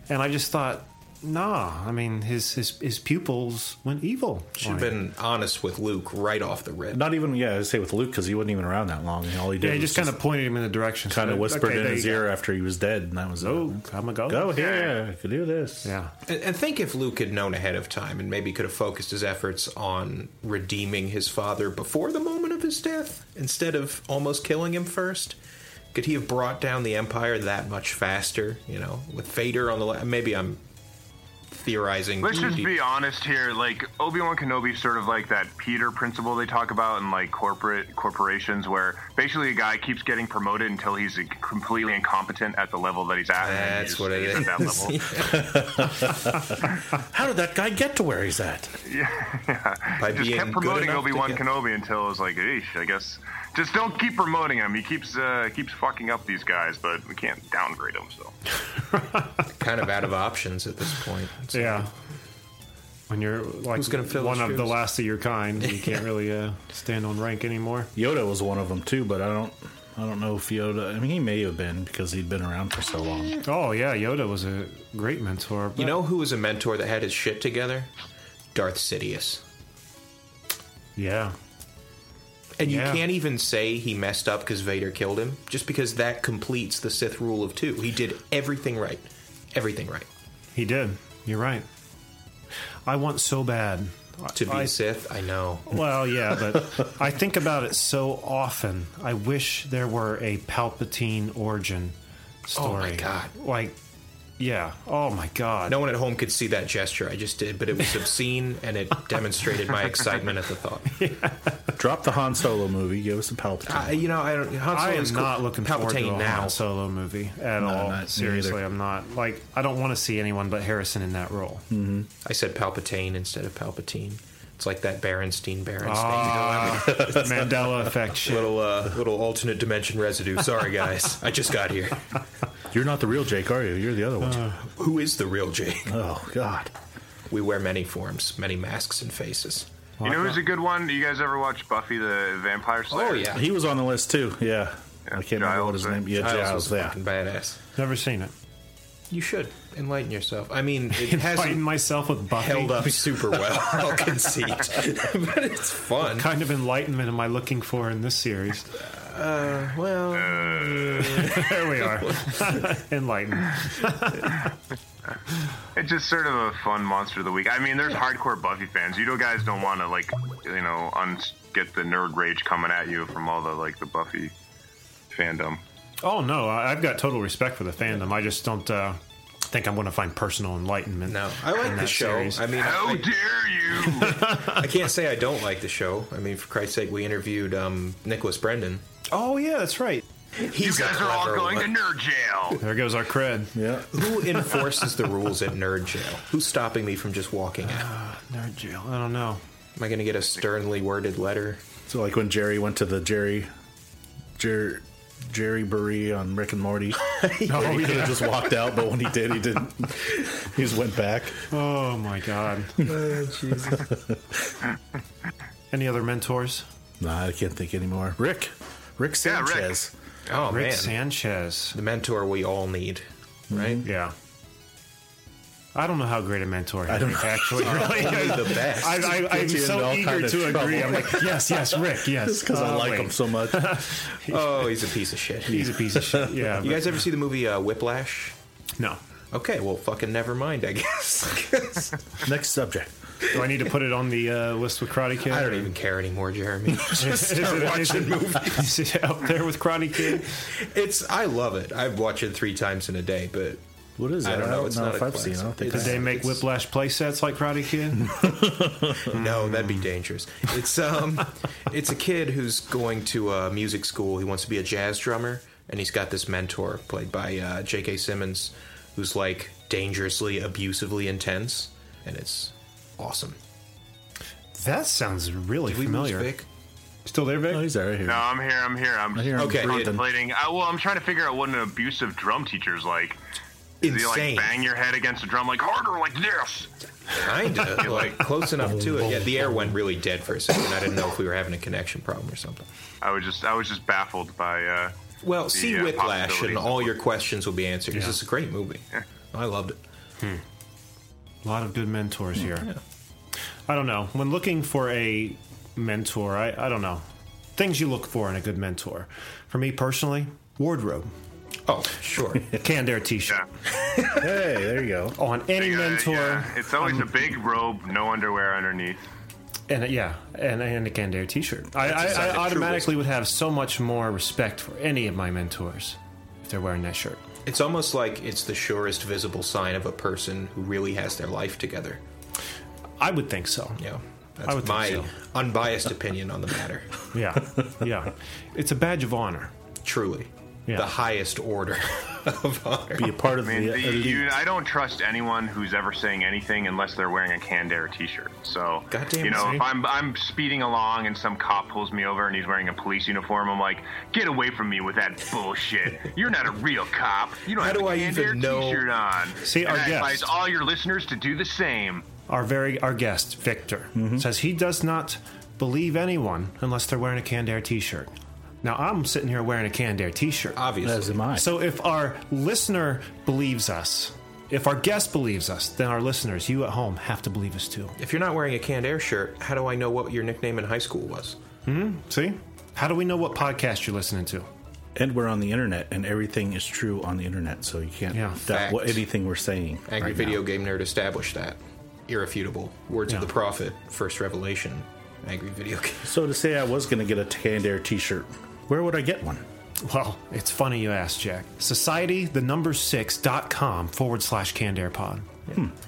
B: And I just thought, nah. I mean, his his, his pupils went evil.
D: Should have
B: Like,
D: been honest with Luke right off the rip.
C: Not even, yeah, I'd say with Luke because he wasn't even around that long. And all he did
B: yeah, he
C: was
B: just kind of pointed him in the direction.
C: kind of whispered in his ear
B: ear.
C: after he was dead, and that was
B: Oh,
C: oh,
B: come and go.
C: go here, you can do this.
B: Yeah.
D: And, and think if Luke had known ahead of time and maybe could have focused his efforts on redeeming his father before the moment of his death instead of almost killing him first. Could he have brought down the Empire that much faster? You know, with Vader on the left. Maybe I'm theorizing.
E: Let's just be honest here. Like Obi Wan Kenobi, sort of like that Peter principle they talk about in like corporate corporations, where basically a guy keeps getting promoted until he's completely incompetent at the level that he's at. and then he
D: That's
E: just
D: what it
E: stays
D: is.
E: at that level.
C: How did that guy get to where he's at?
D: By
E: just
D: being
E: kept
D: good
E: promoting
D: enough to
E: Obi Wan
D: get-
E: Kenobi until it was like, eesh, I guess. Just don't keep promoting him. He keeps uh, keeps fucking up these guys, but we can't downgrade him. So
D: kind of out of options at this point. So-
B: Yeah. When you're like
D: Who's gonna fill
B: one
D: his
B: of the
D: shoes?
B: last of your kind, you can't really uh, stand on rank anymore.
C: Yoda was one of them too, but I don't, I don't know if Yoda. I mean, he may have been because he'd been around for so long.
B: Oh yeah, Yoda was a great mentor.
D: You know who was a mentor that had his shit together? Darth Sidious.
B: Yeah.
D: And
B: Yeah.
D: you can't even say he messed up because Vader killed him, just because that completes the Sith rule of two. He did everything right. Everything right.
B: He did. You're right. I want so bad
D: To be
B: I-
D: Sith, I know.
B: Well, yeah, but I think about it so often. I wish there were a Palpatine origin
D: Oh
B: story.
D: my God.
B: Like, yeah. Oh my god.
D: No one at home could see that gesture I just did, but it was obscene and it demonstrated my excitement at the thought.
C: Drop the Han Solo movie. Give us a Palpatine.
B: Ah,
D: I, you know, I don't. Han
B: I am
D: Solo's cool.
B: not looking forward to
D: Palpatine
B: a
D: now.
B: Han Solo movie at all.
C: not me
B: Seriously,
C: either.
B: I'm not. Like, I don't want to see anyone but Harrison in that role.
D: I said Palpatine instead of Palpatine. It's like that Berenstein Berenstein.
B: Ah, Mandela effect shit.
D: Little uh, little alternate dimension residue. Sorry guys, I just got here.
C: You're not the real Jake, are you? You're the other one.
B: Uh.
D: Who is the real Jake?
C: oh God.
D: We wear many forms, many masks and faces.
E: you know who's a good one? You guys ever watch Buffy the Vampire Slayer?
D: Oh yeah,
C: He was on the list too. Yeah. I can't remember what his
E: Giles,
C: name. Yeah,
D: Giles
C: Giles.
D: was
C: yeah.
D: fucking badass.
B: Never seen it.
D: You should. enlighten yourself. I mean, it
B: Fighting
D: hasn't
B: myself with Buffy.
D: held up super well. I'll concede, but it's fun.
B: Kind of enlightenment am I looking for in this series?
D: Well,
B: there we are. Enlightened.
E: It's just sort of a fun monster of the week. I mean, there's hardcore Buffy fans. You guys don't want to like, you know, un- get the nerd rage coming at you from all the like the Buffy fandom.
B: Oh no, I- I've got total respect for the fandom. I just don't uh, think I'm going to find personal enlightenment.
D: no, I
B: in
D: like the
B: that
D: show.
B: series.
D: I mean,
E: How
D: I,
E: dare you!
D: I can't say I don't like the show. I mean, for Christ's sake, we interviewed um, Nicholas Brendan.
B: oh yeah, that's right.
E: you
D: He's a
E: guys are all
D: clever
E: going
D: one.
E: to nerd jail.
B: There goes our cred.
C: Yeah.
D: Who enforces the rules at nerd jail? Who's stopping me from just walking out?
B: Nerd jail. I don't know.
D: Am I going to get a sternly worded letter?
C: So like when Jerry went to the Jerry, Jer, Jerry Burry on Rick and Morty,
B: Oh,
C: he could have just walked out, but when he did, he didn't. He just went back.
B: oh my god.
C: Oh,
B: Any other mentors?
C: Nah, I can't think anymore. Rick, Rick
E: Yeah, Rick.
C: Sanchez.
D: Oh
B: Rick
D: man,
B: Sanchez.
D: the mentor we all need, right?
B: Yeah. I don't know how great a mentor he
C: I don't
B: is,
C: know.
B: actually. really,
D: The best.
B: I, I, I'm
C: Gets you into
B: so
C: all kind
B: eager
C: of
B: to agree.
C: trouble.
B: I'm like, yes, yes, Rick, yes.
C: Just because I
B: Oh,
C: like
B: wait.
C: him so much.
D: oh, he's a piece of shit.
B: He's a piece of shit. Yeah.
D: You guys ever see the movie uh, Whiplash?
B: but- no.
D: Okay, well, fucking never mind, I guess.
C: Next subject.
B: Do I need to put it on the uh, list with Karate Kid?
D: I don't even care anymore, Jeremy. Just
B: Is
D: start
B: it- is
D: watching
B: it- is it up there with Karate Kid?
D: It's I love it. I've watched it three times in a day, but
C: What is
D: I
C: that?
D: don't know, it's not
C: if
D: a
C: I've seen. it. I don't think
D: classic.
B: Did
C: I-
B: they make Whiplash play sets like Karate Kid?
D: no, that'd be dangerous. It's um, it's a kid who's going to uh, music school. He wants to be a jazz drummer, and he's got this mentor played by uh, J.K. Simmons, who's like dangerously, abusively intense, and it's awesome.
B: That sounds really
D: Did we lose
B: familiar.
D: Vic?
B: Still there, Vic?
C: Oh, he's there. I hear.
E: No, I'm here. I'm here. I'm
C: I hear him
D: Okay,
C: breathing.
D: Ian.
E: contemplating. I, well, I'm trying to figure out what an abusive drum teacher's like. Do you like
D: Insane.
E: bang your head against the drum like harder like this?
D: Kinda, like close enough to it. Yeah, the air went really dead for a second. I didn't know if we were having a connection problem or something.
E: I was just I was just baffled by uh
D: Well,
E: the,
D: see
E: uh,
D: Whiplash, and
E: possibilities.
D: all your questions will be answered. 'cause
B: Yeah.
D: It's a great movie. I loved it.
B: A lot of good mentors here. I don't know. When looking for a mentor, I, I don't know. Things you look for in a good mentor. For me personally, wardrobe.
D: Oh, sure.
B: Candair t shirt.
E: Yeah.
C: Hey, there you go.
B: On any
D: uh,
E: Yeah,
B: mentor.
E: yeah. It's always a big robe, no underwear underneath.
B: And uh, yeah, and, and a Candair t shirt. I,
D: That's a
B: I, I
D: sign of true
B: automatically would have so much more respect for any of my mentors if they're wearing that shirt.
D: it's almost like it's the surest visible sign of a person who really has their life together.
B: I would think so.
D: Yeah.
B: I
D: That's
B: would think
D: my
B: so.
D: unbiased opinion on the matter.
B: Yeah. Yeah. It's a badge of honor.
D: Truly.
B: Yeah.
D: The highest order of honor.
C: Be a part of
E: I mean,
C: the
E: the,
C: elite.
E: you, I don't trust anyone who's ever saying anything unless they're wearing a Candair T-shirt. So,
D: Goddamn
E: you know,
D: right.
E: if I'm I'm speeding along and some cop pulls me over and he's wearing a police uniform, I'm like, get away from me with that bullshit. You're not a real cop. You don't
D: How
E: have
D: do
E: a
D: I
E: Candair
D: even know-
E: T-shirt on.
B: See,
E: and
B: our
E: I advise
B: guest-
E: all your listeners to do the same.
B: our very our guest Victor
D: Mm-hmm.
B: says he does not believe anyone unless they're wearing a Candair t-shirt. Now I'm sitting here wearing a Candair t-shirt.
C: As
D: Obviously.
C: am I.
B: So if our listener believes us, if our guest believes us, then our listeners, you at home, have to believe us too.
D: If you're not wearing a canned air shirt, how do I know what your nickname in high school was?
B: See? How do we know what podcast you're listening to?
C: and we're on the internet, and everything is true on the internet, so you can't
B: Yeah.
C: doubt what
D: Facts.
C: anything we're saying.
D: Angry
C: right
D: Video
C: now.
D: Game Nerd established that. Irrefutable. Words
B: Yeah.
D: of the Prophet, First Revelation, Angry Video Game.
C: So to say I was going to get a Tandair T-shirt, where would I get one?
B: Well, it's funny you ask, Jack. Society the number six dot com forward slash Candair pod.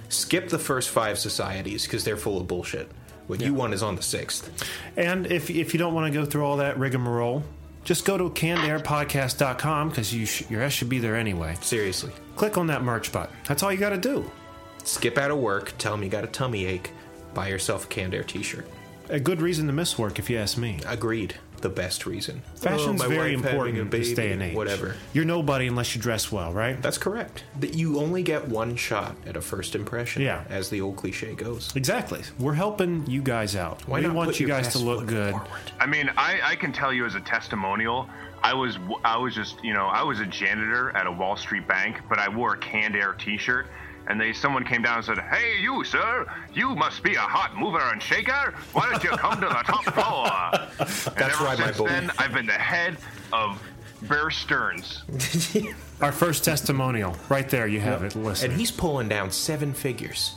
D: Skip the first five societies because they're full of bullshit. What you want is on the sixth.
B: And if, if you don't want to go through all that rigmarole, just go to candairpodcast.com because you sh- your ass should be there anyway.
D: Seriously.
B: Click on that merch button. That's all you got to do.
D: Skip out of work, tell them you got a tummy ache, buy yourself a canned air t shirt.
B: A good reason to miss work, if you ask me.
D: Agreed. the best reason.
B: Fashion's
D: Oh, my
B: very
D: wife having
B: important
D: a
B: in this
D: baby,
B: day and age.
D: Whatever.
B: You're nobody unless you dress well, right?
D: That's correct. That you only get one shot at a first impression.
B: Yeah.
D: As the old cliche goes.
B: Exactly. We're helping you guys out.
D: Why
B: we
D: not
B: want
D: put
B: you
D: your
B: guys to
D: best
B: look
D: foot
B: good.
D: forward?
E: I mean, I, I can tell you as a testimonial, I was w- I was just you know I was a janitor at a Wall Street bank, but I wore a Canned Air T-shirt, and they someone came down and said, "Hey, you sir, you must be a hot mover and shaker. Why don't you come to the top floor?" And
D: That's
E: ever
D: right, my
E: since
D: boy.
E: then, I've been the head of Bear Stearns.
B: Our first testimonial, right there. You have it. Listen.
D: And he's pulling down seven figures.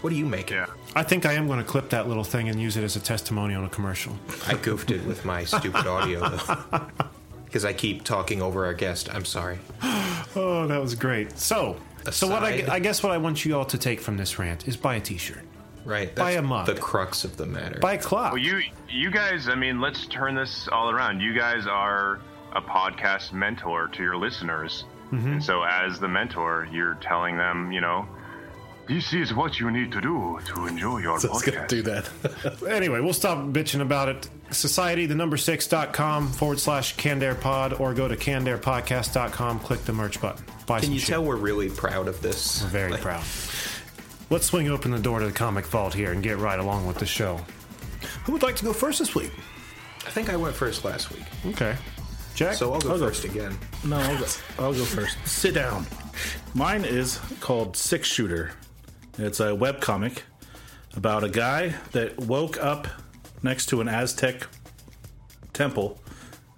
D: What do you make?
E: Yeah.
B: I think I am going to clip that little thing and use it as a testimonial in a commercial.
D: I goofed it with my stupid audio though. Because I keep talking over our guest. I'm sorry.
B: Oh, that was great. So, so what I,
D: Aside.
B: I guess what I want you all to take from this rant is buy a T-shirt,
D: Right.
B: Buy
D: that's
B: a mug.
D: The crux of the matter.
B: buy a clock.
E: Well, you you guys, I mean, let's turn this all around. You guys are a podcast mentor to your listeners,
C: Mm-hmm.
E: and so as the mentor, you're telling them, you know, this is what you need to do to enjoy your
C: So I was gonna
E: podcast.
C: do that.
B: anyway, we'll stop bitching about it. Society, the number six dot com forward slash Candair Pod, or go to candairpodcast.com, click the merch button. Buy
D: Can
B: some
D: you
B: shit.
D: tell we're really proud of this?
B: We're very
D: Like,
B: proud. Let's swing open the door to the comic vault here and get right along with the show. Who would like to go first this week?
D: I think I went first last week.
B: Okay. Jack?
D: So I'll go
C: I'll go.
D: first again.
C: No, I'll go, I'll go first. Sit down. Mine is called Six Shooter. It's a webcomic about a guy that woke up next to an Aztec temple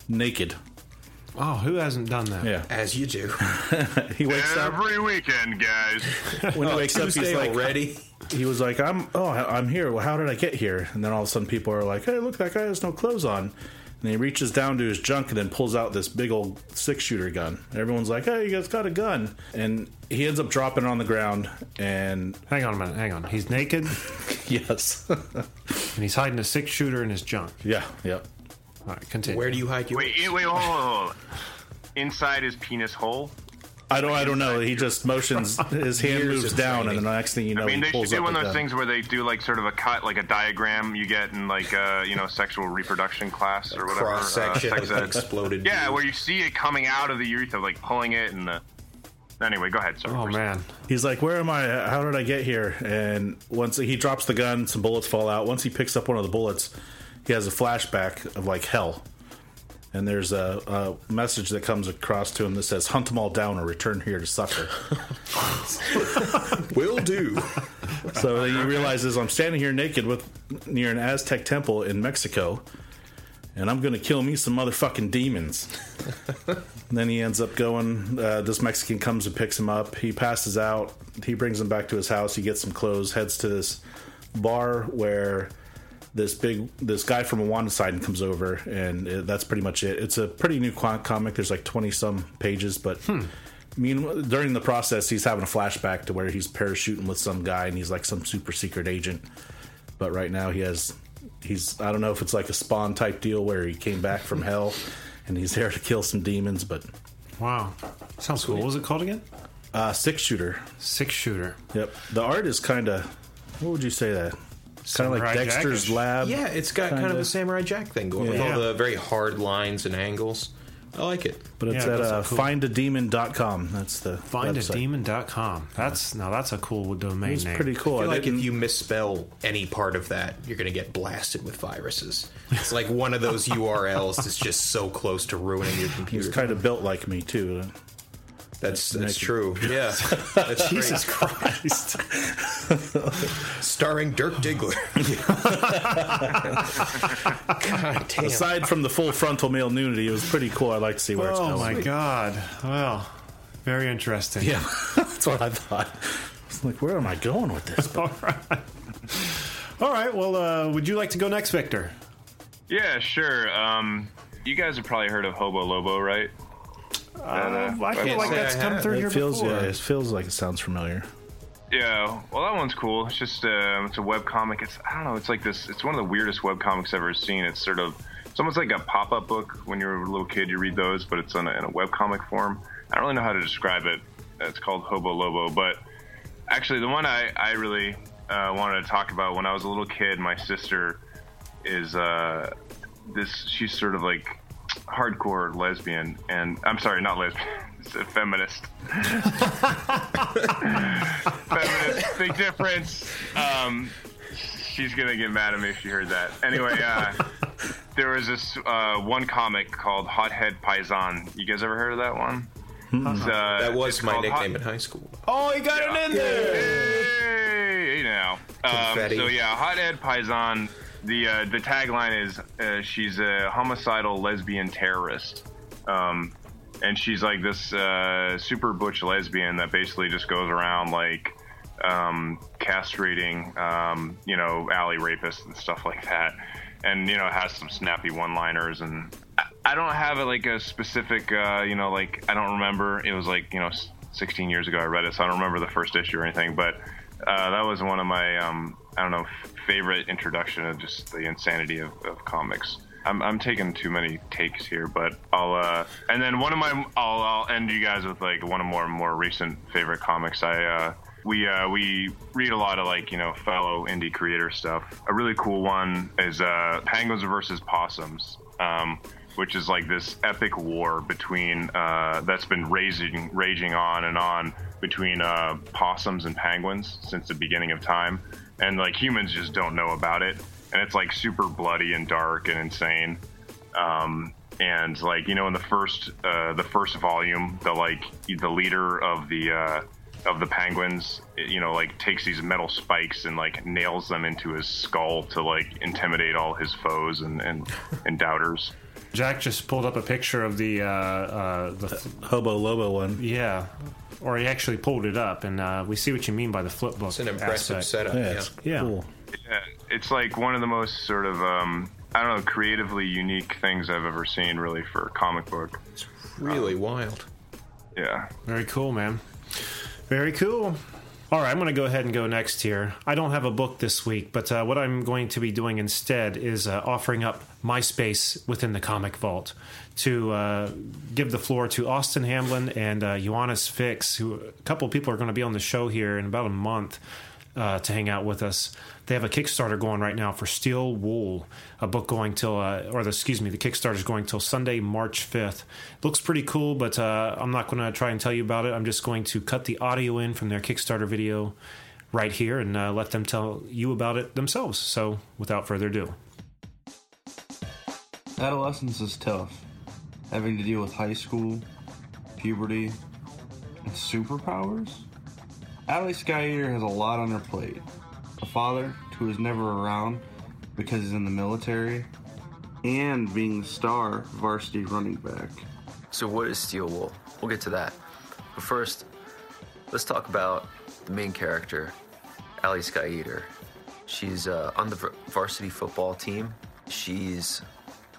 C: naked.
B: oh, who hasn't done that?
C: Yeah.
D: As you do.
C: He wakes up.
E: Every weekend, guys.
C: When he wakes up, he's
D: Tuesday
C: like,
D: already.
C: he was like, I'm, oh, I'm here. Well, how did I get here? And then all of a sudden, people are like, hey, look, that guy has no clothes on. And he reaches down to his junk and then pulls out this big old six shooter gun. Everyone's like, hey, you guys got a gun. And he ends up dropping it on the ground. And
B: Hang on a minute. Hang on. He's naked and
C: yes,
B: he's hiding a six shooter in his junk.
C: yeah, yeah.
B: All right, continue.
D: Where do you hide your
E: Wait, eh, wait, hold, on, hold, on. Inside his penis hole.
C: I don't, I don't know. He just motions, his hand
D: Years
C: moves
D: of
C: down, and
D: training.
C: the next thing you know,
E: I mean,
C: he
E: they should
C: pulls up
E: do one
C: a
E: of those
C: gun.
E: things where they do like sort of a cut, like a diagram you get in like uh, you know sexual reproduction class or whatever.
D: cross section
E: uh,
D: of
E: sex
D: an
E: ed.
D: exploded?
E: Yeah,
D: dude?
E: where you see it coming out of the urethra, like pulling it, and the. Anyway, go ahead. Sorry.
B: Oh,
E: First.
B: man.
C: He's like, "Where am I? How did I get here?" And once he drops the gun, some bullets fall out. Once he picks up one of the bullets, he has a flashback of like hell. And there's a, a message that comes across to him that says, "Hunt them all down or return here to sucker."
D: will do.
C: so then he realizes, "I'm standing here naked with near an Aztec temple in Mexico, and I'm gonna kill me some motherfucking demons." And then he ends up going. Uh, this Mexican comes and picks him up. He passes out. He brings him back to his house. He gets some clothes. Heads to this bar where this big this guy from Awandasidon comes over, and uh that's pretty much it. It's a pretty new qu- comic. There's like twenty some pages, but. Meanwhile, during the process, he's having a flashback to where he's parachuting with some guy, and he's like some super secret agent. But right now, he has he's I don't know if it's like a spawn type deal where he came back from hell, and he's there to kill some demons. But
B: Wow. Sounds cool. What was it called again?
C: uh, six shooter.
B: Six shooter.
C: Yep. The art is kind of. What would you say that? Kind of
B: Samurai
C: like Dexter's
B: Jack-ish.
C: Lab.
D: Yeah, it's got kind of
C: Kinda.
D: a samurai jack thing going with
B: Yeah.
D: all the very hard lines and angles. I like it.
C: But it's
B: Yeah,
C: at
B: those
C: uh,
B: are cool.
C: findademon.com. That's the website.
B: Findademon.com. That's now that's a cool domain
C: It's
B: name.
C: pretty cool.
D: I
C: I
D: feel like
C: didn't-
D: if you misspell any part of that, you're going to get blasted with viruses. It's like one of those URLs that's just so close to ruining your computer.
C: He's kind of built like me too.
D: that's
C: Nice.
D: that's true. Yeah. That's Jesus
B: Christ.
D: Starring Dirk Diggler. God damn.
C: Aside from the full frontal male nudity, it was pretty cool. I like to see where it's
B: Oh
C: going.
B: my god. Well, very interesting.
C: Yeah, that's what I thought. It's like, where am I going with this?
B: All right. All right. Well, uh, would you like to go next, Victor?
E: Yeah, sure. Um, you guys have probably heard of Hobo Lobo, right? Uh,
B: I feel
D: can't
B: like
D: say
B: that's
D: I
B: come
D: have.
B: through
C: It
B: here
C: feels
B: before.
C: yeah, it feels like it sounds familiar.
E: Yeah. Well, that one's cool. It's just uh, it's a web comic. It's I don't know. It's like this. It's one of the weirdest web comics I've ever seen. It's sort of it's almost like a pop up book when you're a little kid. You read those, but it's on a, in a web comic form. I don't really know how to describe it. It's called Hobo Lobo, but actually the one I I really uh, wanted to talk about when I was a little kid, my sister is. Uh, this she's sort of like hardcore lesbian and I'm sorry, not lesbian, it's a feminist. feminist, big difference. Um, she's gonna get mad at me if she heard that. Anyway, uh, there was this uh, one comic called Hothead Paisan. You guys ever heard of that one? It's, uh,
D: That was
E: it's
D: my
E: called Hot-
D: nickname in high school.
B: Oh, he got it in there.
E: Hey, now. Um,
D: Confetti.
E: so yeah, hothead Paisan. The uh, the tagline is uh, she's a homicidal lesbian terrorist, um, and she's like this uh, super butch lesbian that basically just goes around like um, castrating um, you know alley rapists and stuff like that, and you know has some snappy one liners and. I- I don't have like a specific, uh, you know, like I don't remember. It was like you know, s- 16 years ago I read it, so I don't remember the first issue or anything. But uh, that was one of my, um, I don't know, f- favorite introduction of just the insanity of, of comics. I'm, I'm taking too many takes here, but I'll. Uh, and then one of my, I'll, I'll end you guys with like one of more more recent favorite comics. I uh, we uh, we read a lot of like you know fellow indie creator stuff. A really cool one is uh, Penguins versus Possums. Um, which is like this epic war between uh, that's been raging raging on and on between uh, possums and penguins since the beginning of time, and like humans just don't know about it, and it's like super bloody and dark and insane. Um, and like you know, in the first uh, the first volume, the like the leader of the uh, of the penguins, you know, like takes these metal spikes and like nails them into his skull to like intimidate all his foes and and, and doubters.
B: Jack just pulled up a picture of the uh, uh, the f-
C: Hobo Lobo one.
B: yeah, or he actually pulled it up, and uh, we see what you mean by the flip book.
D: It's an impressive
B: aspect.
D: setup.
C: Yeah,
D: Yeah.
C: it's
B: Yeah.
C: cool.
E: Yeah, it's like one of the most sort of um, I don't know creatively unique things I've ever seen really for a comic book.
D: Really wild.
E: Yeah,
B: Very cool, man. Very cool. All right, I'm going to go ahead and go next here. I don't have a book this week, but uh, what I'm going to be doing instead is uh, offering up MySpace within the Comic Vault to uh, give the floor to Austin Hamlin and uh, Ioannis Fix, who a couple people are going to be on the show here in about a month uh, to hang out with us. They have a Kickstarter going right now for Steel Wool, a book going till, uh, or the, excuse me, the Kickstarter's going till Sunday, March 5th. Looks pretty cool, but uh, I'm not going to try and tell you about it. I'm just going to cut the audio in from their Kickstarter video right here and uh, let them tell you about it themselves. So without further ado.
I: Adolescence is tough. Having to deal with high school, puberty, and superpowers? Allie Skyeater has a lot on her plate. A father who is never around because he's in the military, and being the star varsity running back.
J: So, what is steel wool? We'll get to that. But first, let's talk about the main character, Ali Skyeater. She's uh, on the v- varsity football team. She's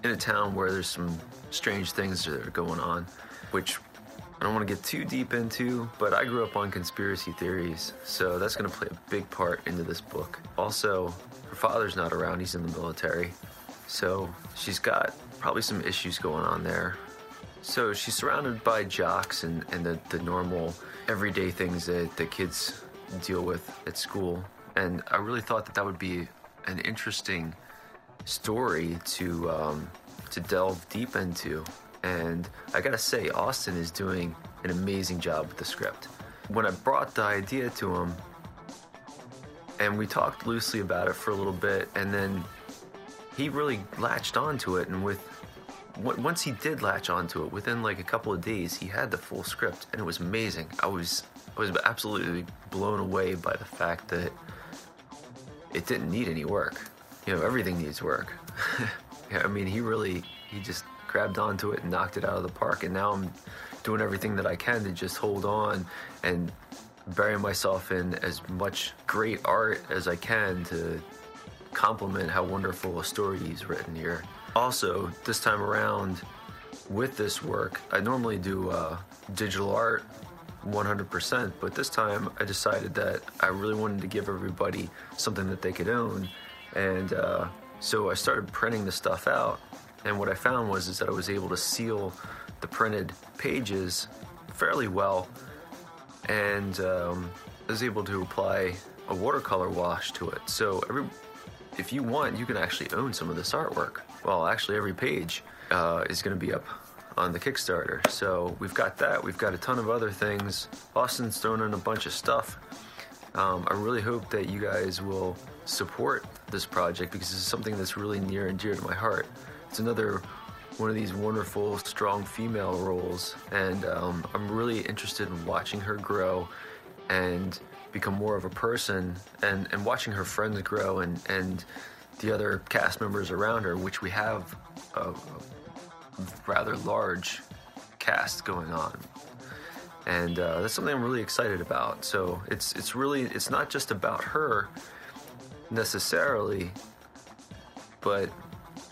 J: in a town where there's some strange things that are going on, which I don't want to get too deep into, but I grew up on conspiracy theories, so that's going to play a big part into this book. Also, her father's not around, he's in the military, so she's got probably some issues going on there. So she's surrounded by jocks and, and the, the normal everyday things that the kids deal with at school. And I really thought that that would be an interesting story to um, to delve deep into. And I gotta say, Austin is doing an amazing job with the script. When I brought the idea to him, and we talked loosely about it for a little bit, and then he really latched onto it. And with on- once he did latch onto it, within like a couple of days, he had the full script, and it was amazing. I was I was absolutely blown away by the fact that it didn't need any work. You know, everything needs work. Yeah, I mean, he really, he just grabbed onto it and knocked it out of the park. And now I'm doing everything that I can to just hold on and bury myself in as much great art as I can to compliment how wonderful a story he's written here. Also, this time around, with this work, I normally do uh, digital art 100%, but this time I decided that I really wanted to give everybody something that they could own, and uh, so I started printing the stuff out. And what I found was is that I was able to seal the printed pages fairly well, and um, I was able to apply a watercolor wash to it. So every if you want, you can actually own some of this artwork. Well, actually, every page uh, is going to be up on the Kickstarter. So we've got that. We've got a ton of other things. Austin's thrown in a bunch of stuff. Um, I really hope that you guys will support this project because this is something that's really near and dear to my heart. It's another one of these wonderful, strong female roles, and um, I'm really interested in watching her grow and become more of a person and, and watching her friends grow and, and the other cast members around her, which we have a, a rather large cast going on. And uh, that's something I'm really excited about. So it's it's really it's not just about her necessarily, but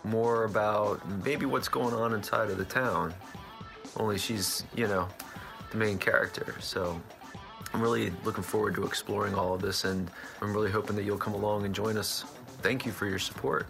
J: more about maybe what's going on inside of the town. Only she's, you know, the main character. So I'm really looking forward to exploring all of this, and I'm really hoping that you'll come along and join us. Thank you for your support.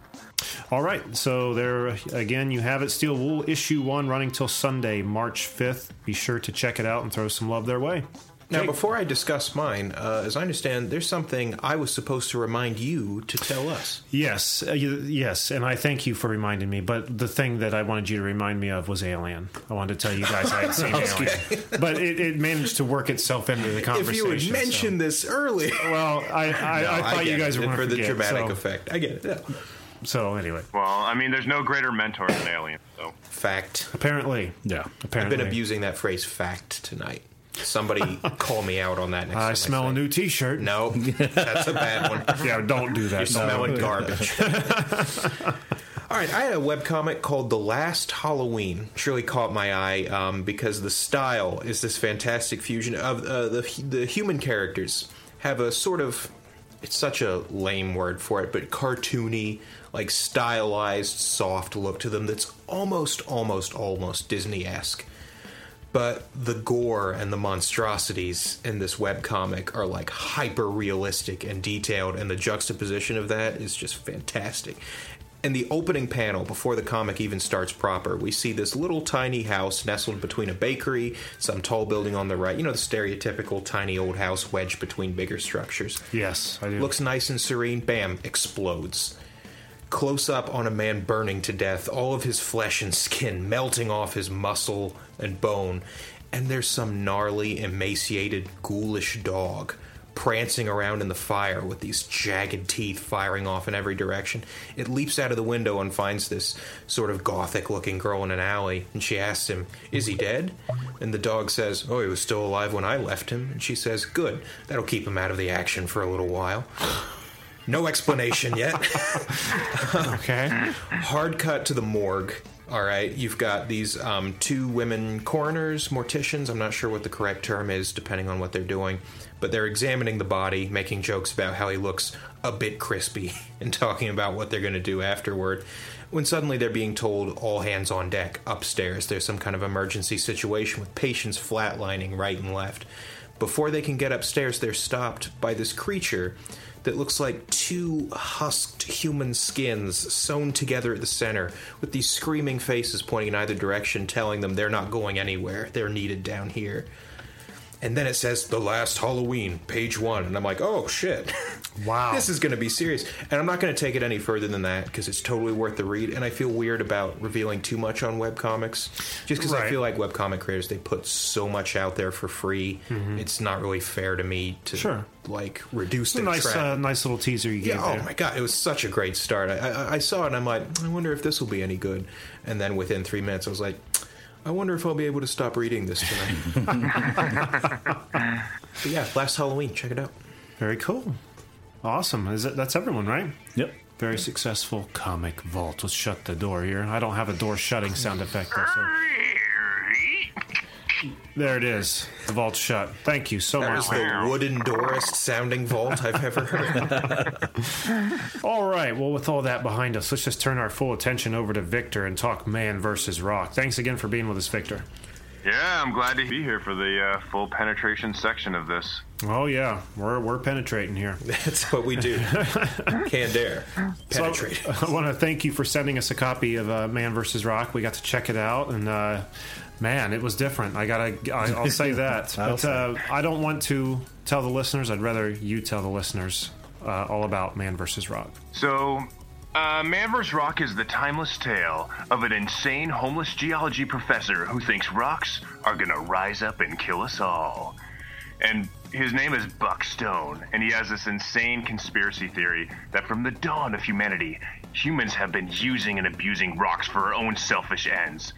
B: All right, so there again, you have it. Steel Wool issue one, running till Sunday, March fifth. Be sure to check it out and throw some love their way.
D: Now, before I discuss mine, uh, as I understand, there's something I was supposed to remind you to tell us.
B: Yes, uh, y- yes, and I thank you for reminding me. But the thing that I wanted you to remind me of was Alien. I wanted to tell you guys I had seen Alien, but it, it managed to work itself into the
D: If you
B: conversation.
D: would mention this earlier. Oh,
B: Well, I, I, I thought you guys were
D: for
B: gonna
D: the
B: forget,
D: dramatic
B: so-
D: effect. I get it. Yeah.
B: so, so anyway,
E: Well, I mean, there's no greater mentor than Alien. So
D: Fact.
B: apparently,
C: Yeah.
B: apparently,
D: I've been abusing that phrase "fact" tonight. Somebody call me out on that next. time
B: I smell a new T-shirt.
D: No, that's a bad one.
B: Yeah, don't do that.
D: You're smelling garbage. All right, I had a webcomic called The Last Halloween. It really caught my eye um, because the style is this fantastic fusion of uh, the the human characters have a sort of it's such a lame word for it, but cartoony, like stylized, soft look to them that's almost, almost, almost Disney esque but the gore and the monstrosities in this webcomic are like hyper realistic and detailed and the juxtaposition of that is just fantastic in the opening panel before the comic even starts proper we see this little tiny house nestled between a bakery some tall building on the right you know the stereotypical tiny old house wedged between bigger structures
B: Yes, I do.
D: looks nice and serene bam explodes close up on a man burning to death, all of his flesh and skin melting off his muscle and bone, and there's some gnarly, emaciated, ghoulish dog prancing around in the fire with these jagged teeth firing off in every direction. It leaps out of the window and finds this sort of gothic looking girl in an alley, and she asks him, Is he dead? And the dog says, Oh, he was still alive when I left him. And she says, Good, that'll keep him out of the action for a little while. No explanation yet.
B: okay.
D: hard cut to the morgue. All right, you've got these um, two women coroners, morticians. I'm not sure what the correct term is, depending on what they're doing, but they're examining the body, making jokes about how he looks a bit crispy, and talking about what they're going to do afterward. When suddenly they're being told all hands on deck upstairs. There's some kind of emergency situation with patients flatlining right and left. Before they can get upstairs, they're stopped by this creature that looks like two husked human skins sewn together at the center, with these screaming faces pointing in either direction, telling them they're not going anywhere, they're needed down here. And then it says, The Last Halloween, page one. And I'm like, oh shit.
B: Wow.
D: this is going to be serious. And I'm not going to take it any further than that because it's totally worth the read. And I feel weird about revealing too much on webcomics just because I
B: Right.
D: feel like webcomic creators, they put so much out there for free. It's not really fair to me to
B: Mm-hmm. Sure.
D: like reduce
B: It's a
D: the
B: nice,
D: trap.
B: uh, nice little teaser you gave
D: Yeah, oh
B: there.
D: my god, it was such a great start. I, I, I saw it and I'm like, I wonder if this will be any good. And then within three minutes, I was like, I wonder if I'll be able to stop reading this tonight. but yeah, last Halloween, check it out.
B: Very cool. Awesome. Is it, that's everyone, right?
C: Yep.
B: Very successful comic vault. Let's shut the door here. I don't have a door shutting sound effect. Though, so. There it is. The vault's shut. Thank you so
D: That was
B: much.
D: the wooden doorist sounding vault I've ever heard.
B: All right. Well, with all that behind us, let's just turn our full attention over to Victor and talk man versus rock. Thanks again for being with us, Victor.
E: yeah, I'm glad to be here for the uh, full penetration section of this.
B: Oh yeah, we're we're penetrating here.
D: That's what we do. Can dare. Penetrate.
B: So, uh, I want to thank you for sending us a copy of uh, Man vs. Rock. We got to check it out, and uh, man, it was different. I gotta, I, I'll say that. but uh, I don't want to tell the listeners. I'd rather you tell the listeners uh, all about Man vs. Rock.
E: So, uh, Man vs. Rock is the timeless tale of an insane homeless geology professor who thinks rocks are gonna rise up and kill us all. And his name is Buck Stone, and he has this insane conspiracy theory that from the dawn of humanity, humans have been using and abusing rocks for our own selfish ends.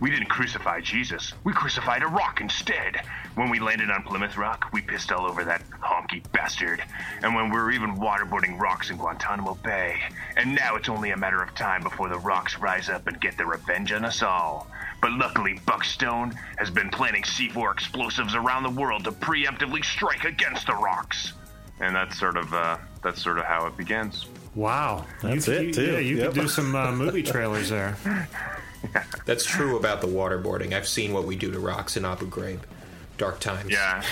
E: We didn't crucify Jesus, we crucified a rock instead. When we landed on Plymouth Rock, we pissed all over that honky bastard. And when we were even waterboarding rocks in Guantanamo Bay. And now it's only a matter of time before the rocks rise up and get their revenge on us all. But luckily, Buckstone has been planting C4 explosives around the world to preemptively strike against the rocks. And that's sort of uh, that's sort of how it begins.
B: Wow,
C: That's
B: you,
C: it,
B: you-
C: too.
B: Yeah, you
C: Yep.
B: could do some uh, movie trailers there.
D: That's true about the waterboarding. I've seen what we do to rocks in Abu Ghraib. Dark times.
E: Yeah,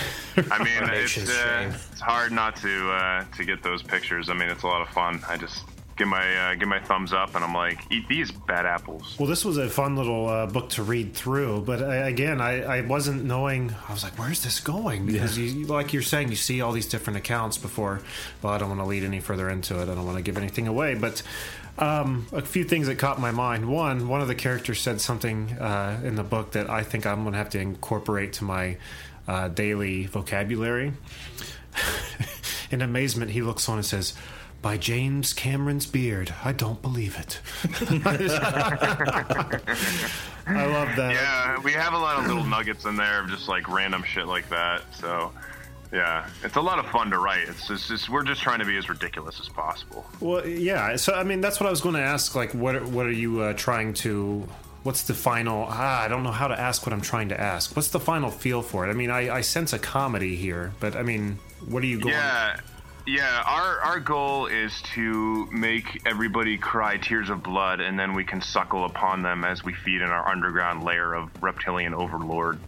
E: I mean it's,
D: nation's
E: uh,
D: shame.
E: it's hard not to uh, to get those pictures. I mean it's a lot of fun. I just give my uh, give my thumbs up and I'm like, eat these bad apples.
B: Well, this was a fun little uh, book to read through, but I, again, I, I wasn't knowing. I was like, "Where's this going?" Because, you, like you're saying, you see all these different accounts before. Well, I don't want to lead any further into it. I don't want to give anything away, but um, a few things that caught my mind. One, one of the characters said something uh, in the book that I think I'm going to have to incorporate to my uh, daily vocabulary. in amazement, he looks on and says. By James Cameron's beard, I don't believe it. I love that.
E: Yeah, we have a lot of little nuggets in there of just like random shit like that. So yeah, it's a lot of fun to write. It's just, it's we're just trying to be as ridiculous as possible.
B: Well, yeah. So I mean, that's what I was going to ask. Like, what are- what are you uh, trying to? What's the final? Ah, I don't know how to ask what I'm trying to ask. What's the final feel for it? I mean, I, I sense a comedy here, but I mean, what are you going?
E: Yeah, yeah. Our our goal is to make everybody cry tears of blood, and then we can suckle upon them as we feed in our underground layer of reptilian overlord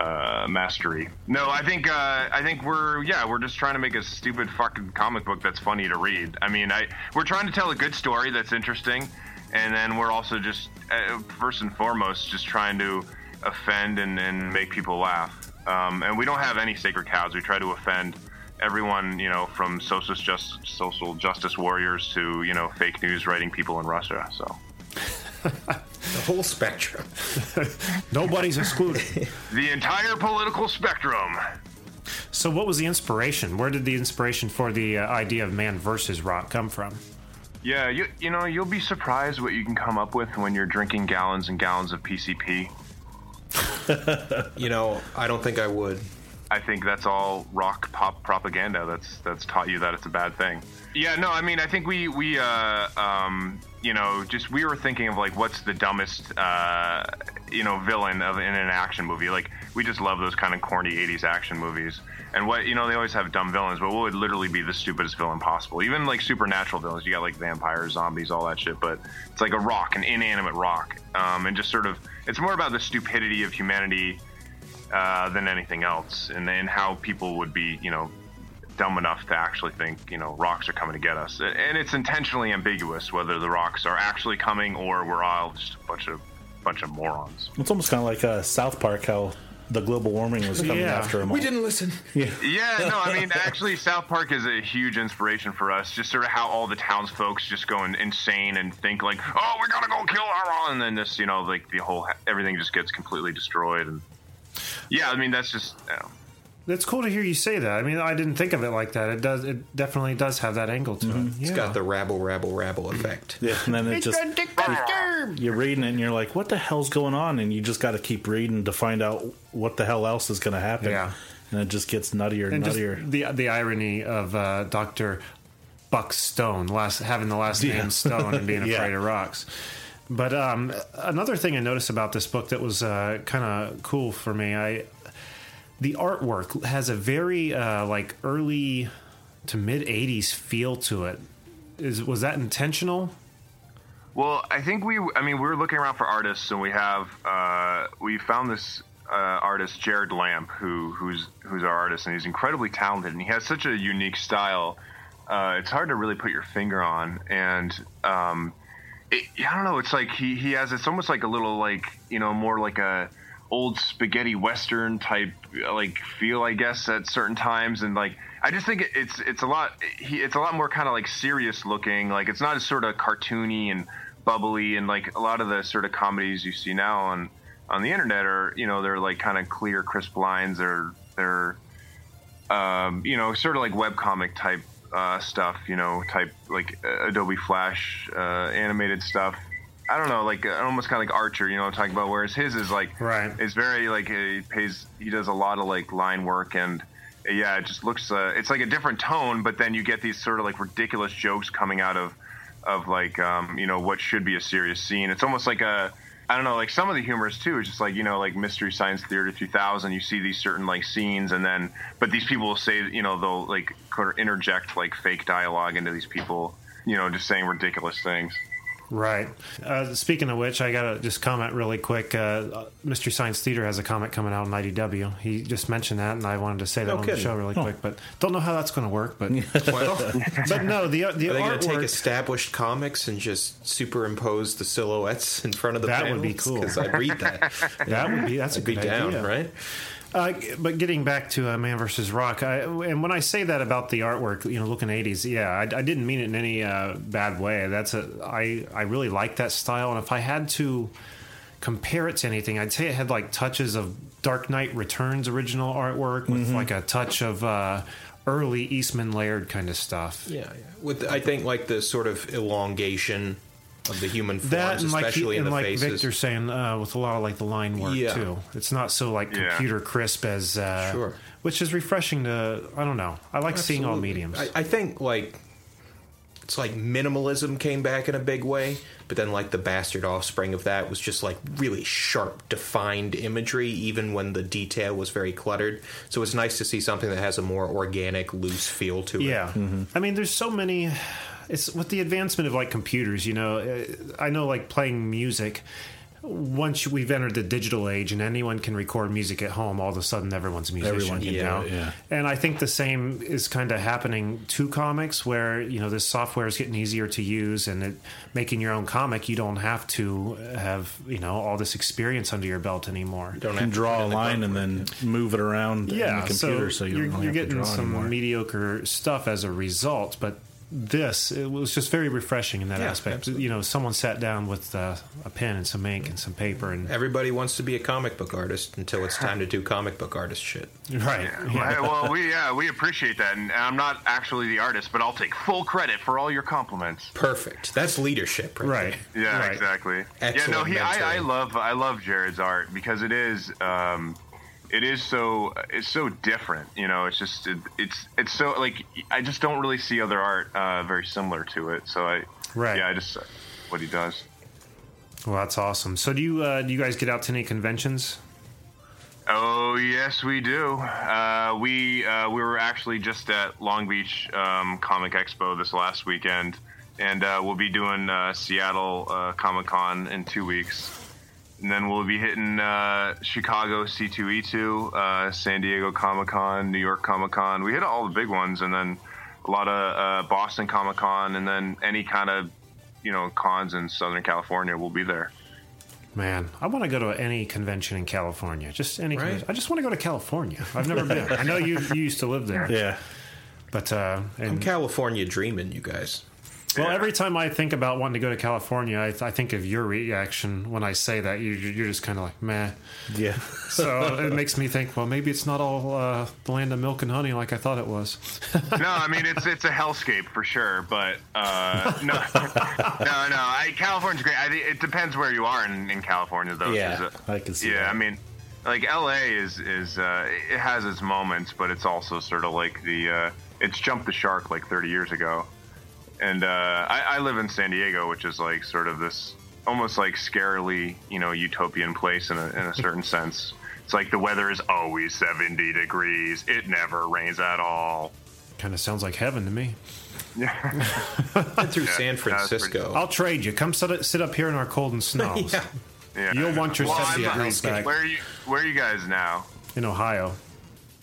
E: uh, mastery. No, I think uh, I think we're yeah we're just trying to make a stupid fucking comic book that's funny to read. I mean, I we're trying to tell a good story that's interesting, and then we're also just uh, first and foremost just trying to offend and, and make people laugh. Um, and we don't have any sacred cows. We try to offend everyone, you know, from social just social justice warriors to you know fake news writing people in Russia. So.
D: The whole spectrum.
B: Nobody's excluded.
E: The entire political spectrum.
B: so, what was the inspiration? Where did the inspiration for the uh, idea of man versus rock come from?
E: Yeah, you you know you'll be surprised what you can come up with when you're drinking gallons and gallons of PCP.
D: You know, I don't think I would.
E: I think that's all rock pop propaganda that's that's taught you that it's a bad thing. Yeah, no, I mean I think we we uh, um, you know just we were thinking of like what's the dumbest uh, you know villain of in an action movie. Like we just love those kind of corny '80s action movies. And what you know they always have dumb villains, but what would literally be the stupidest villain possible? Even like supernatural villains, you got like vampires, zombies, all that shit. But it's like a rock, an inanimate rock, um, and just sort of it's more about the stupidity of humanity uh, than anything else, and then how people would be, you know, dumb enough to actually think, you know, rocks are coming to get us. And it's intentionally ambiguous whether the rocks are actually coming or we're all just a bunch of bunch of morons.
C: It's almost kind of like uh, South Park, how the global warming was coming
B: Yeah.
C: after him.
D: We
C: all.
D: didn't listen.
E: Yeah, no, I mean, actually, South Park is a huge inspiration for us. Just sort of how all the townsfolks just go in- insane and think like, "Oh, we gotta go kill our," and then just you know, like the whole everything just gets completely destroyed. And yeah, I mean, that's just. You know,
B: That's cool to hear you say that. I mean, I didn't think of it like that. It does. It definitely does have that angle to it. Yeah.
D: Mm-hmm. It's got the rabble, rabble, rabble effect.
C: Yeah, and then it just you're reading it and you're like, what the hell's going on? And you just got to keep reading to find out what the hell else is going to happen.
B: Yeah.
C: and it just gets nuttier and,
B: and just
C: nuttier.
B: the the irony of uh, Doctor Buck Stone last having the last name Stone and being
C: Yeah.
B: afraid of rocks. But um, another thing I noticed about this book that was uh, kind of cool for me, I the artwork has a very uh, like early to mid '80s feel to it. Is was that intentional?
E: Well, I think we, I mean, we were looking around for artists, and we have, uh, we found this uh, artist, Jared Lamp, who who's who's our artist, and he's incredibly talented, and he has such a unique style. Uh, it's hard to really put your finger on, and um, it, I don't know. It's like he he has. It's almost like a little like you know more like a old spaghetti western type like feel, I guess, at certain times, and like I just think it- it's it's a lot he- it's a lot more kind of like serious looking. Like it's not as sort of cartoony and bubbly, and like a lot of the sort of comedies you see now on on the internet are you know they're like kind of clear, crisp lines. They're they're um, you know, sort of like webcomic type uh, stuff, you know, type like uh, Adobe Flash uh, animated stuff. I don't know, like uh, almost kind of like Archer, you know, what I'm talking about. Whereas his is like,
B: right,
E: it's very like he pays, he does a lot of like line work and uh, yeah, it just looks, uh, it's like a different tone, but then you get these sort of like ridiculous jokes coming out of of like um, you know what should be a serious scene. It's almost like a I don't know, like some of the humors too. It's just like you know, like Mystery Science Theater 2000. You see these certain like scenes, and then but these people will say you know they'll like kind of interject like fake dialogue into these people, you know, just saying ridiculous things.
B: Right. Uh, speaking of which, I gotta just comment really quick. Uh, Mystery Science Theater has a comic coming out on IDW. He just mentioned that, and I wanted to say that
D: No
B: on the
D: kidding.
B: show really
D: Huh.
B: quick, but don't know how that's going to work. But
D: but
B: no, the the
D: are they gonna take
B: artwork-
D: established comics and just superimpose the silhouettes in front of the
B: that would be
D: panels?
B: cool.
D: 'Cause I'd read that.
B: that would be that's a
D: I'd be
B: good
D: down,
B: idea.
D: right?
B: Uh, but getting back to uh, Man vs. Rock, I, and when I say that about the artwork, you know, looking '80s, yeah, I, I didn't mean it in any uh, bad way. That's a I I really like that style, and if I had to compare it to anything, I'd say it had like touches of Dark Knight Returns original artwork with like a touch of uh, early Eastman Laird kind of stuff.
D: Yeah, yeah. With I think like the sort of elongation of the human forms,
B: That and like,
D: especially in
B: and
D: the
B: like
D: faces.
B: Victor saying uh, with a lot of like the line work
D: Yeah.
B: too. It's not so like
D: Yeah.
B: computer crisp as uh,
D: Sure.
B: which is refreshing to. I don't know. I like seeing all
D: Absolutely.
B: mediums.
D: I, I think like it's like minimalism came back in a big way, but then like the bastard offspring of that was just like really sharp, defined imagery, even when the detail was very cluttered. So it's nice to see something that has a more organic, loose feel to it.
B: Yeah,
C: Mm-hmm.
B: I mean, there's so many. It's with the advancement of like computers. You know, uh, I know like playing music. Once we've entered the digital age and anyone can record music at home, all of a sudden everyone's a musician.
C: Everyone can
B: you
C: do
B: know?
C: it, yeah.
B: And I think the same is kind of happening to comics, where you know this software is getting easier to use, and it, making your own comic, you don't have to have you know all this experience under your belt anymore. You
C: can draw a line and then move it around in the computer, so, you
B: are
C: don't really have to
B: getting
C: draw
B: some
C: anymore.
B: mediocre stuff as a result, but this it was just very refreshing in that
D: Yeah,
B: aspect. You know, someone sat down with uh, a pen and some ink and some paper and
D: Everybody wants to be a comic book artist until it's time to do comic book artist shit.
B: right.
E: Right, well, we yeah we appreciate that, and, and I'm not actually the artist, but I'll take full credit for all your compliments.
D: Perfect. That's leadership, right?
B: Right.
E: Yeah, exactly.
D: Excellent
E: yeah, no, he. I, I
D: mentoring.
E: love I love Jared's art because it is um, it is so it's so different. You know, it's just it, it's it's so like I just don't really see other art uh, very similar to it. So I
B: Right.
E: yeah I just what he does.
B: Well, that's awesome. So, do you uh, do you guys get out to any conventions?
E: Oh yes, we do. Uh, we uh, we were actually just at Long Beach um, Comic Expo this last weekend, and uh, we'll be doing uh, Seattle uh, Comic Con in two weeks, and then we'll be hitting uh, Chicago C2E2, uh, San Diego Comic Con, New York Comic Con. We hit all the big ones, and then a lot of uh, Boston Comic Con, and then any kind of you know cons in Southern California. We'll be there.
B: Man, I want to go to any convention in California. Just any.
E: Right.
B: Convention. I just want to go to California. I've never been. I know you you used to live there.
C: Yeah.
B: But uh,
D: I'm
B: and
D: California dreaming, you guys.
B: Well, every time I think about wanting to go to California, I, th- I think of your reaction when I say that. You, you're just kind of like, meh.
C: Yeah.
B: So it makes me think, well, maybe it's not all uh, the land of milk and honey like I thought it was.
E: no, I mean it's it's a hellscape for sure, but uh, no, no, no. I, California's great. I, think it depends where you are in, in California, though.
C: Yeah,
E: 'cause, uh,
C: I can see
E: Yeah,
C: that.
E: I mean, like L.A. is is uh, it has its moments, but it's also sort of like the uh, it's jumped the shark like 30 years ago, and uh, I, I live in San Diego, which is like sort of this almost like scarily you know utopian place in a, in a certain sense. It's like the weather is always 70 degrees. It never rains at all.
B: kind of sounds like heaven to me.
D: Been through San
E: that's pretty-
D: Francisco.
B: I'll trade you. Come sit, sit up here in our cold and snow
D: yeah.
E: Yeah.
B: You'll want your
E: I'm
B: 70
E: not-
B: degrees back.
E: Where are you? Where are you guys now?
B: in Ohio.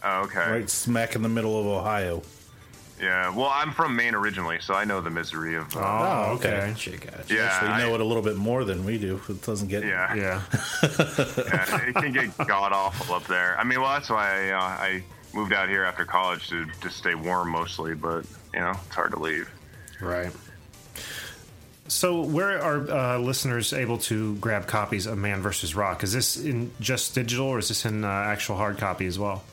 E: Oh, okay.
C: Right smack in the middle of Ohio.
E: Yeah, well, I'm from Maine originally, so I know the misery of. uh, Yeah,
C: so you
E: I-
C: Oh, know it a little bit more than we do. It doesn't get.
E: Yeah.
B: Yeah.
E: yeah, it can get god awful up there. I mean, well, that's why I, uh, I moved out here after college to just stay warm mostly, but you know, it's hard to leave.
B: Right. So, where are uh, listeners able to grab copies of Man vs. Rock? Is this in just digital, or is this in uh, actual hard copy as well?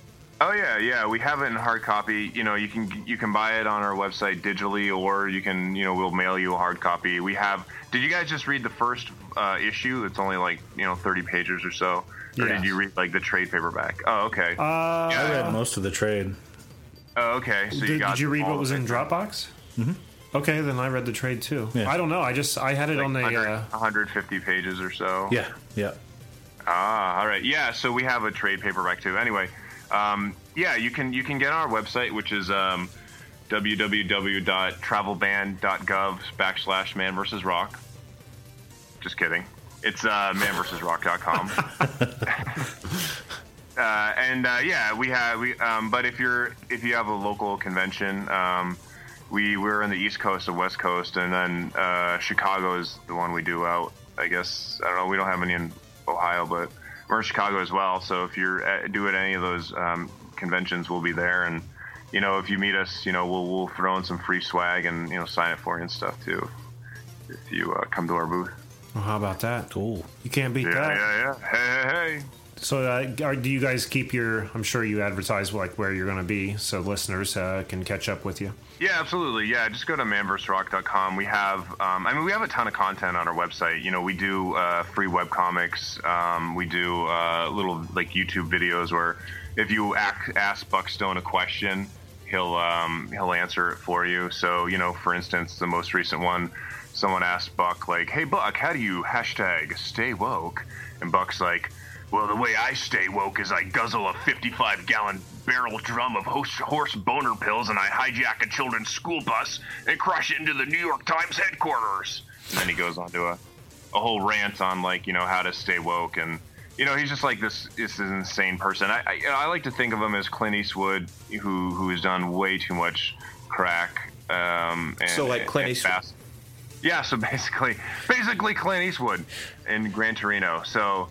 E: Oh yeah, yeah. We have it in hard copy. You know, you can you can buy it on our website digitally, or you can you know we'll mail you a hard copy. We have. Did you guys just read the first uh, issue? It's only like you know thirty pages or so. Or
C: Yeah.
E: did you read like the trade paperback? Oh okay.
C: I
E: Uh-huh.
C: read most of the trade.
E: oh okay. So
B: Uh, did,
E: you got.
B: did you read
E: all
B: what
E: of
B: was
E: it.
B: in Dropbox? Mm-hmm. Okay, then I read the trade too. I don't know. I just I had it on the. Uh,
E: 150 pages or so.
C: Yeah. Yeah.
E: Ah, all right. Yeah, so we have a trade paperback too. Anyway, um, yeah, you can you can get on our website, which is um, www.travelban.gov backslash man versus rock. Just kidding. It's uh, manversusrock.com. uh, and uh, yeah, we have we. Um, but if you're if you have a local convention, um, we we're on the East Coast and West Coast, and then uh, Chicago is the one we do out. I guess I don't know. We don't have any in Ohio, but we're in Chicago as well. So if you're at, do at any of those um, conventions, we'll be there. And you know, if you meet us, you know, we'll we'll throw in some free swag and you know sign it for you and stuff too. If you uh, come to our booth.
B: well, how about that? Cool. You can't beat
E: Yeah,
B: that.
E: yeah, yeah. Hey, hey, hey.
B: So, uh, are, do you guys keep your? I'm sure you advertise like where you're going to be, so listeners uh, can catch up with you.
E: Yeah, absolutely. Yeah, just go to manversrock.com. We have, um, I mean, we have a ton of content on our website. You know, we do uh, free web comics. Um, we do uh, little like YouTube videos where if you ac ask Buckstone a question, he'll um, he'll answer it for you. So you know, for instance, the most recent one, someone asked Buck like, "Hey Buck, how do you hashtag stay woke?" And Buck's like. Well, the way I stay woke is I guzzle a 55 gallon barrel drum of horse, horse boner pills and I hijack a children's school bus and crash it into the New York Times headquarters. And then he goes on to a, a whole rant on, like, you know, how to stay woke. And, you know, he's just like this, this is an insane person. I, I, you know, I like to think of him as Clint Eastwood, who, who has done way too much crack. Um, and,
D: So, like Clint
E: and
D: Eastwood.
E: fast- yeah, so basically, basically Clint Eastwood in Gran Torino. So,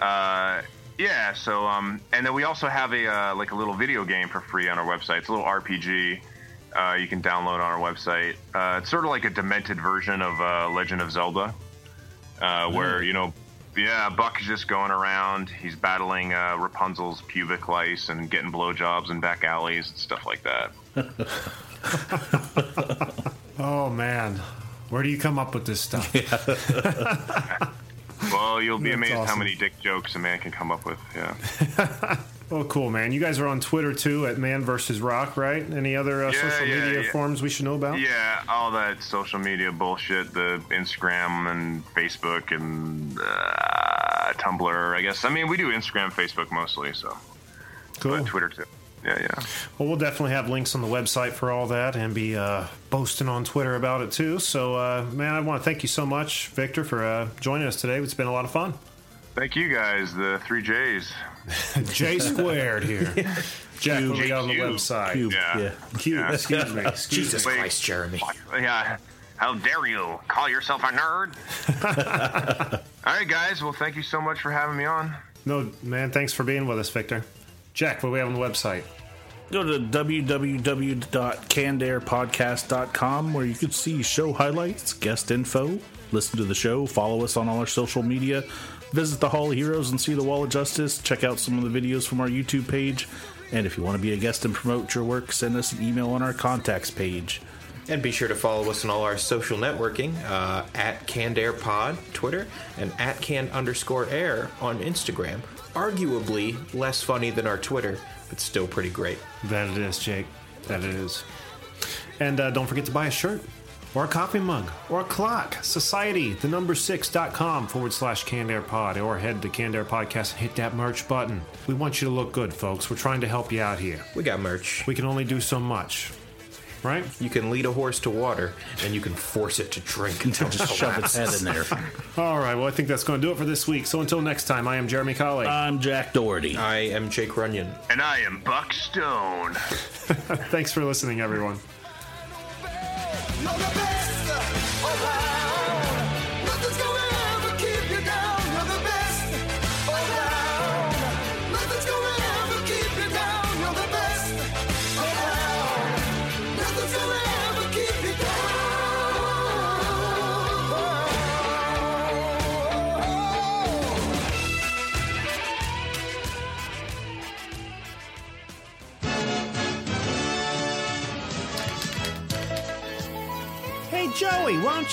E: uh, yeah, so um, and then we also have a uh, like a little video game for free on our website. It's a little RPG. Uh, you can download on our website. Uh, it's sort of like a demented version of uh, Legend of Zelda, uh, where
B: Mm.
E: you know, yeah, Buck is just going around. He's battling uh, Rapunzel's pubic lice and getting blowjobs in back alleys and stuff like that.
B: Oh man, where do you come up with this stuff?
E: Well, you'll be
B: That's
E: amazed how
B: awesome.
E: many dick jokes a man can come up with. Yeah.
B: Oh, cool, man. You guys are on Twitter too at Man versus Rock, right? Any other uh,
E: Yeah,
B: social
E: yeah,
B: media
E: yeah.
B: forms we should know about?
E: Yeah, all that social media bullshit, the Instagram and Facebook and uh, Tumblr, I guess. I mean, we do Instagram, Facebook mostly, so.
B: Cool.
E: But Twitter too. Yeah, yeah.
B: Well, we'll definitely have links on the website for all that and be uh, boasting on Twitter about it too. So, uh, man, I want to thank you so much, Victor, for uh, joining us today. It's been a lot of fun.
E: Thank you guys, the three J's.
B: J squared here. Jack, what do we got on the
E: Cube.
B: website?
E: Cube, Yeah. yeah.
B: Cube,
E: Yeah.
B: excuse me. Excuse
D: Jesus
E: Wait.
D: Christ, Jeremy.
E: Yeah. How dare you call yourself a nerd? all right, guys. Well, thank you so much for having me on.
B: No, man, thanks for being with us, Victor. Jack, what do we have on the website?
C: Go to www.candairpodcast.com where you can see show highlights, guest info, listen to the show, follow us on all our social media, visit the Hall of Heroes and see the Wall of Justice, check out some of the videos from our YouTube page, and if you want to be a guest and promote your work, send us an email on our contacts page.
D: And be sure to follow us on all our social networking uh, at CandairPod, Twitter, and at Can underscore Air on Instagram. Arguably less funny than our Twitter, but still pretty great.
B: That it is, Jake. That it is. And uh, don't forget to buy a shirt or a coffee mug or a clock. Society, the number six.com forward slash Canned Air Pod or head to Canned Air Podcast and hit that merch button. We want you to look good, folks. We're trying to help you out here.
D: We got merch.
B: We can only do so much, right?
D: You can lead a horse to water, and you can force it to drink until
C: Just shove its head in there.
B: All right. Well, I think that's going to do it for this week. So until next time, I am Jeremy Colley.
C: I'm Jack Doherty.
D: I am Jake Runyon.
E: And I am Buck Stone.
B: Thanks for listening, everyone.
J: You're the best around. Nothing's gonna ever keep you down. You're the best around. Nothing's gonna ever keep you down. You're the best around. Nothing's gonna ever keep you down.
B: Hey, Joey, why don't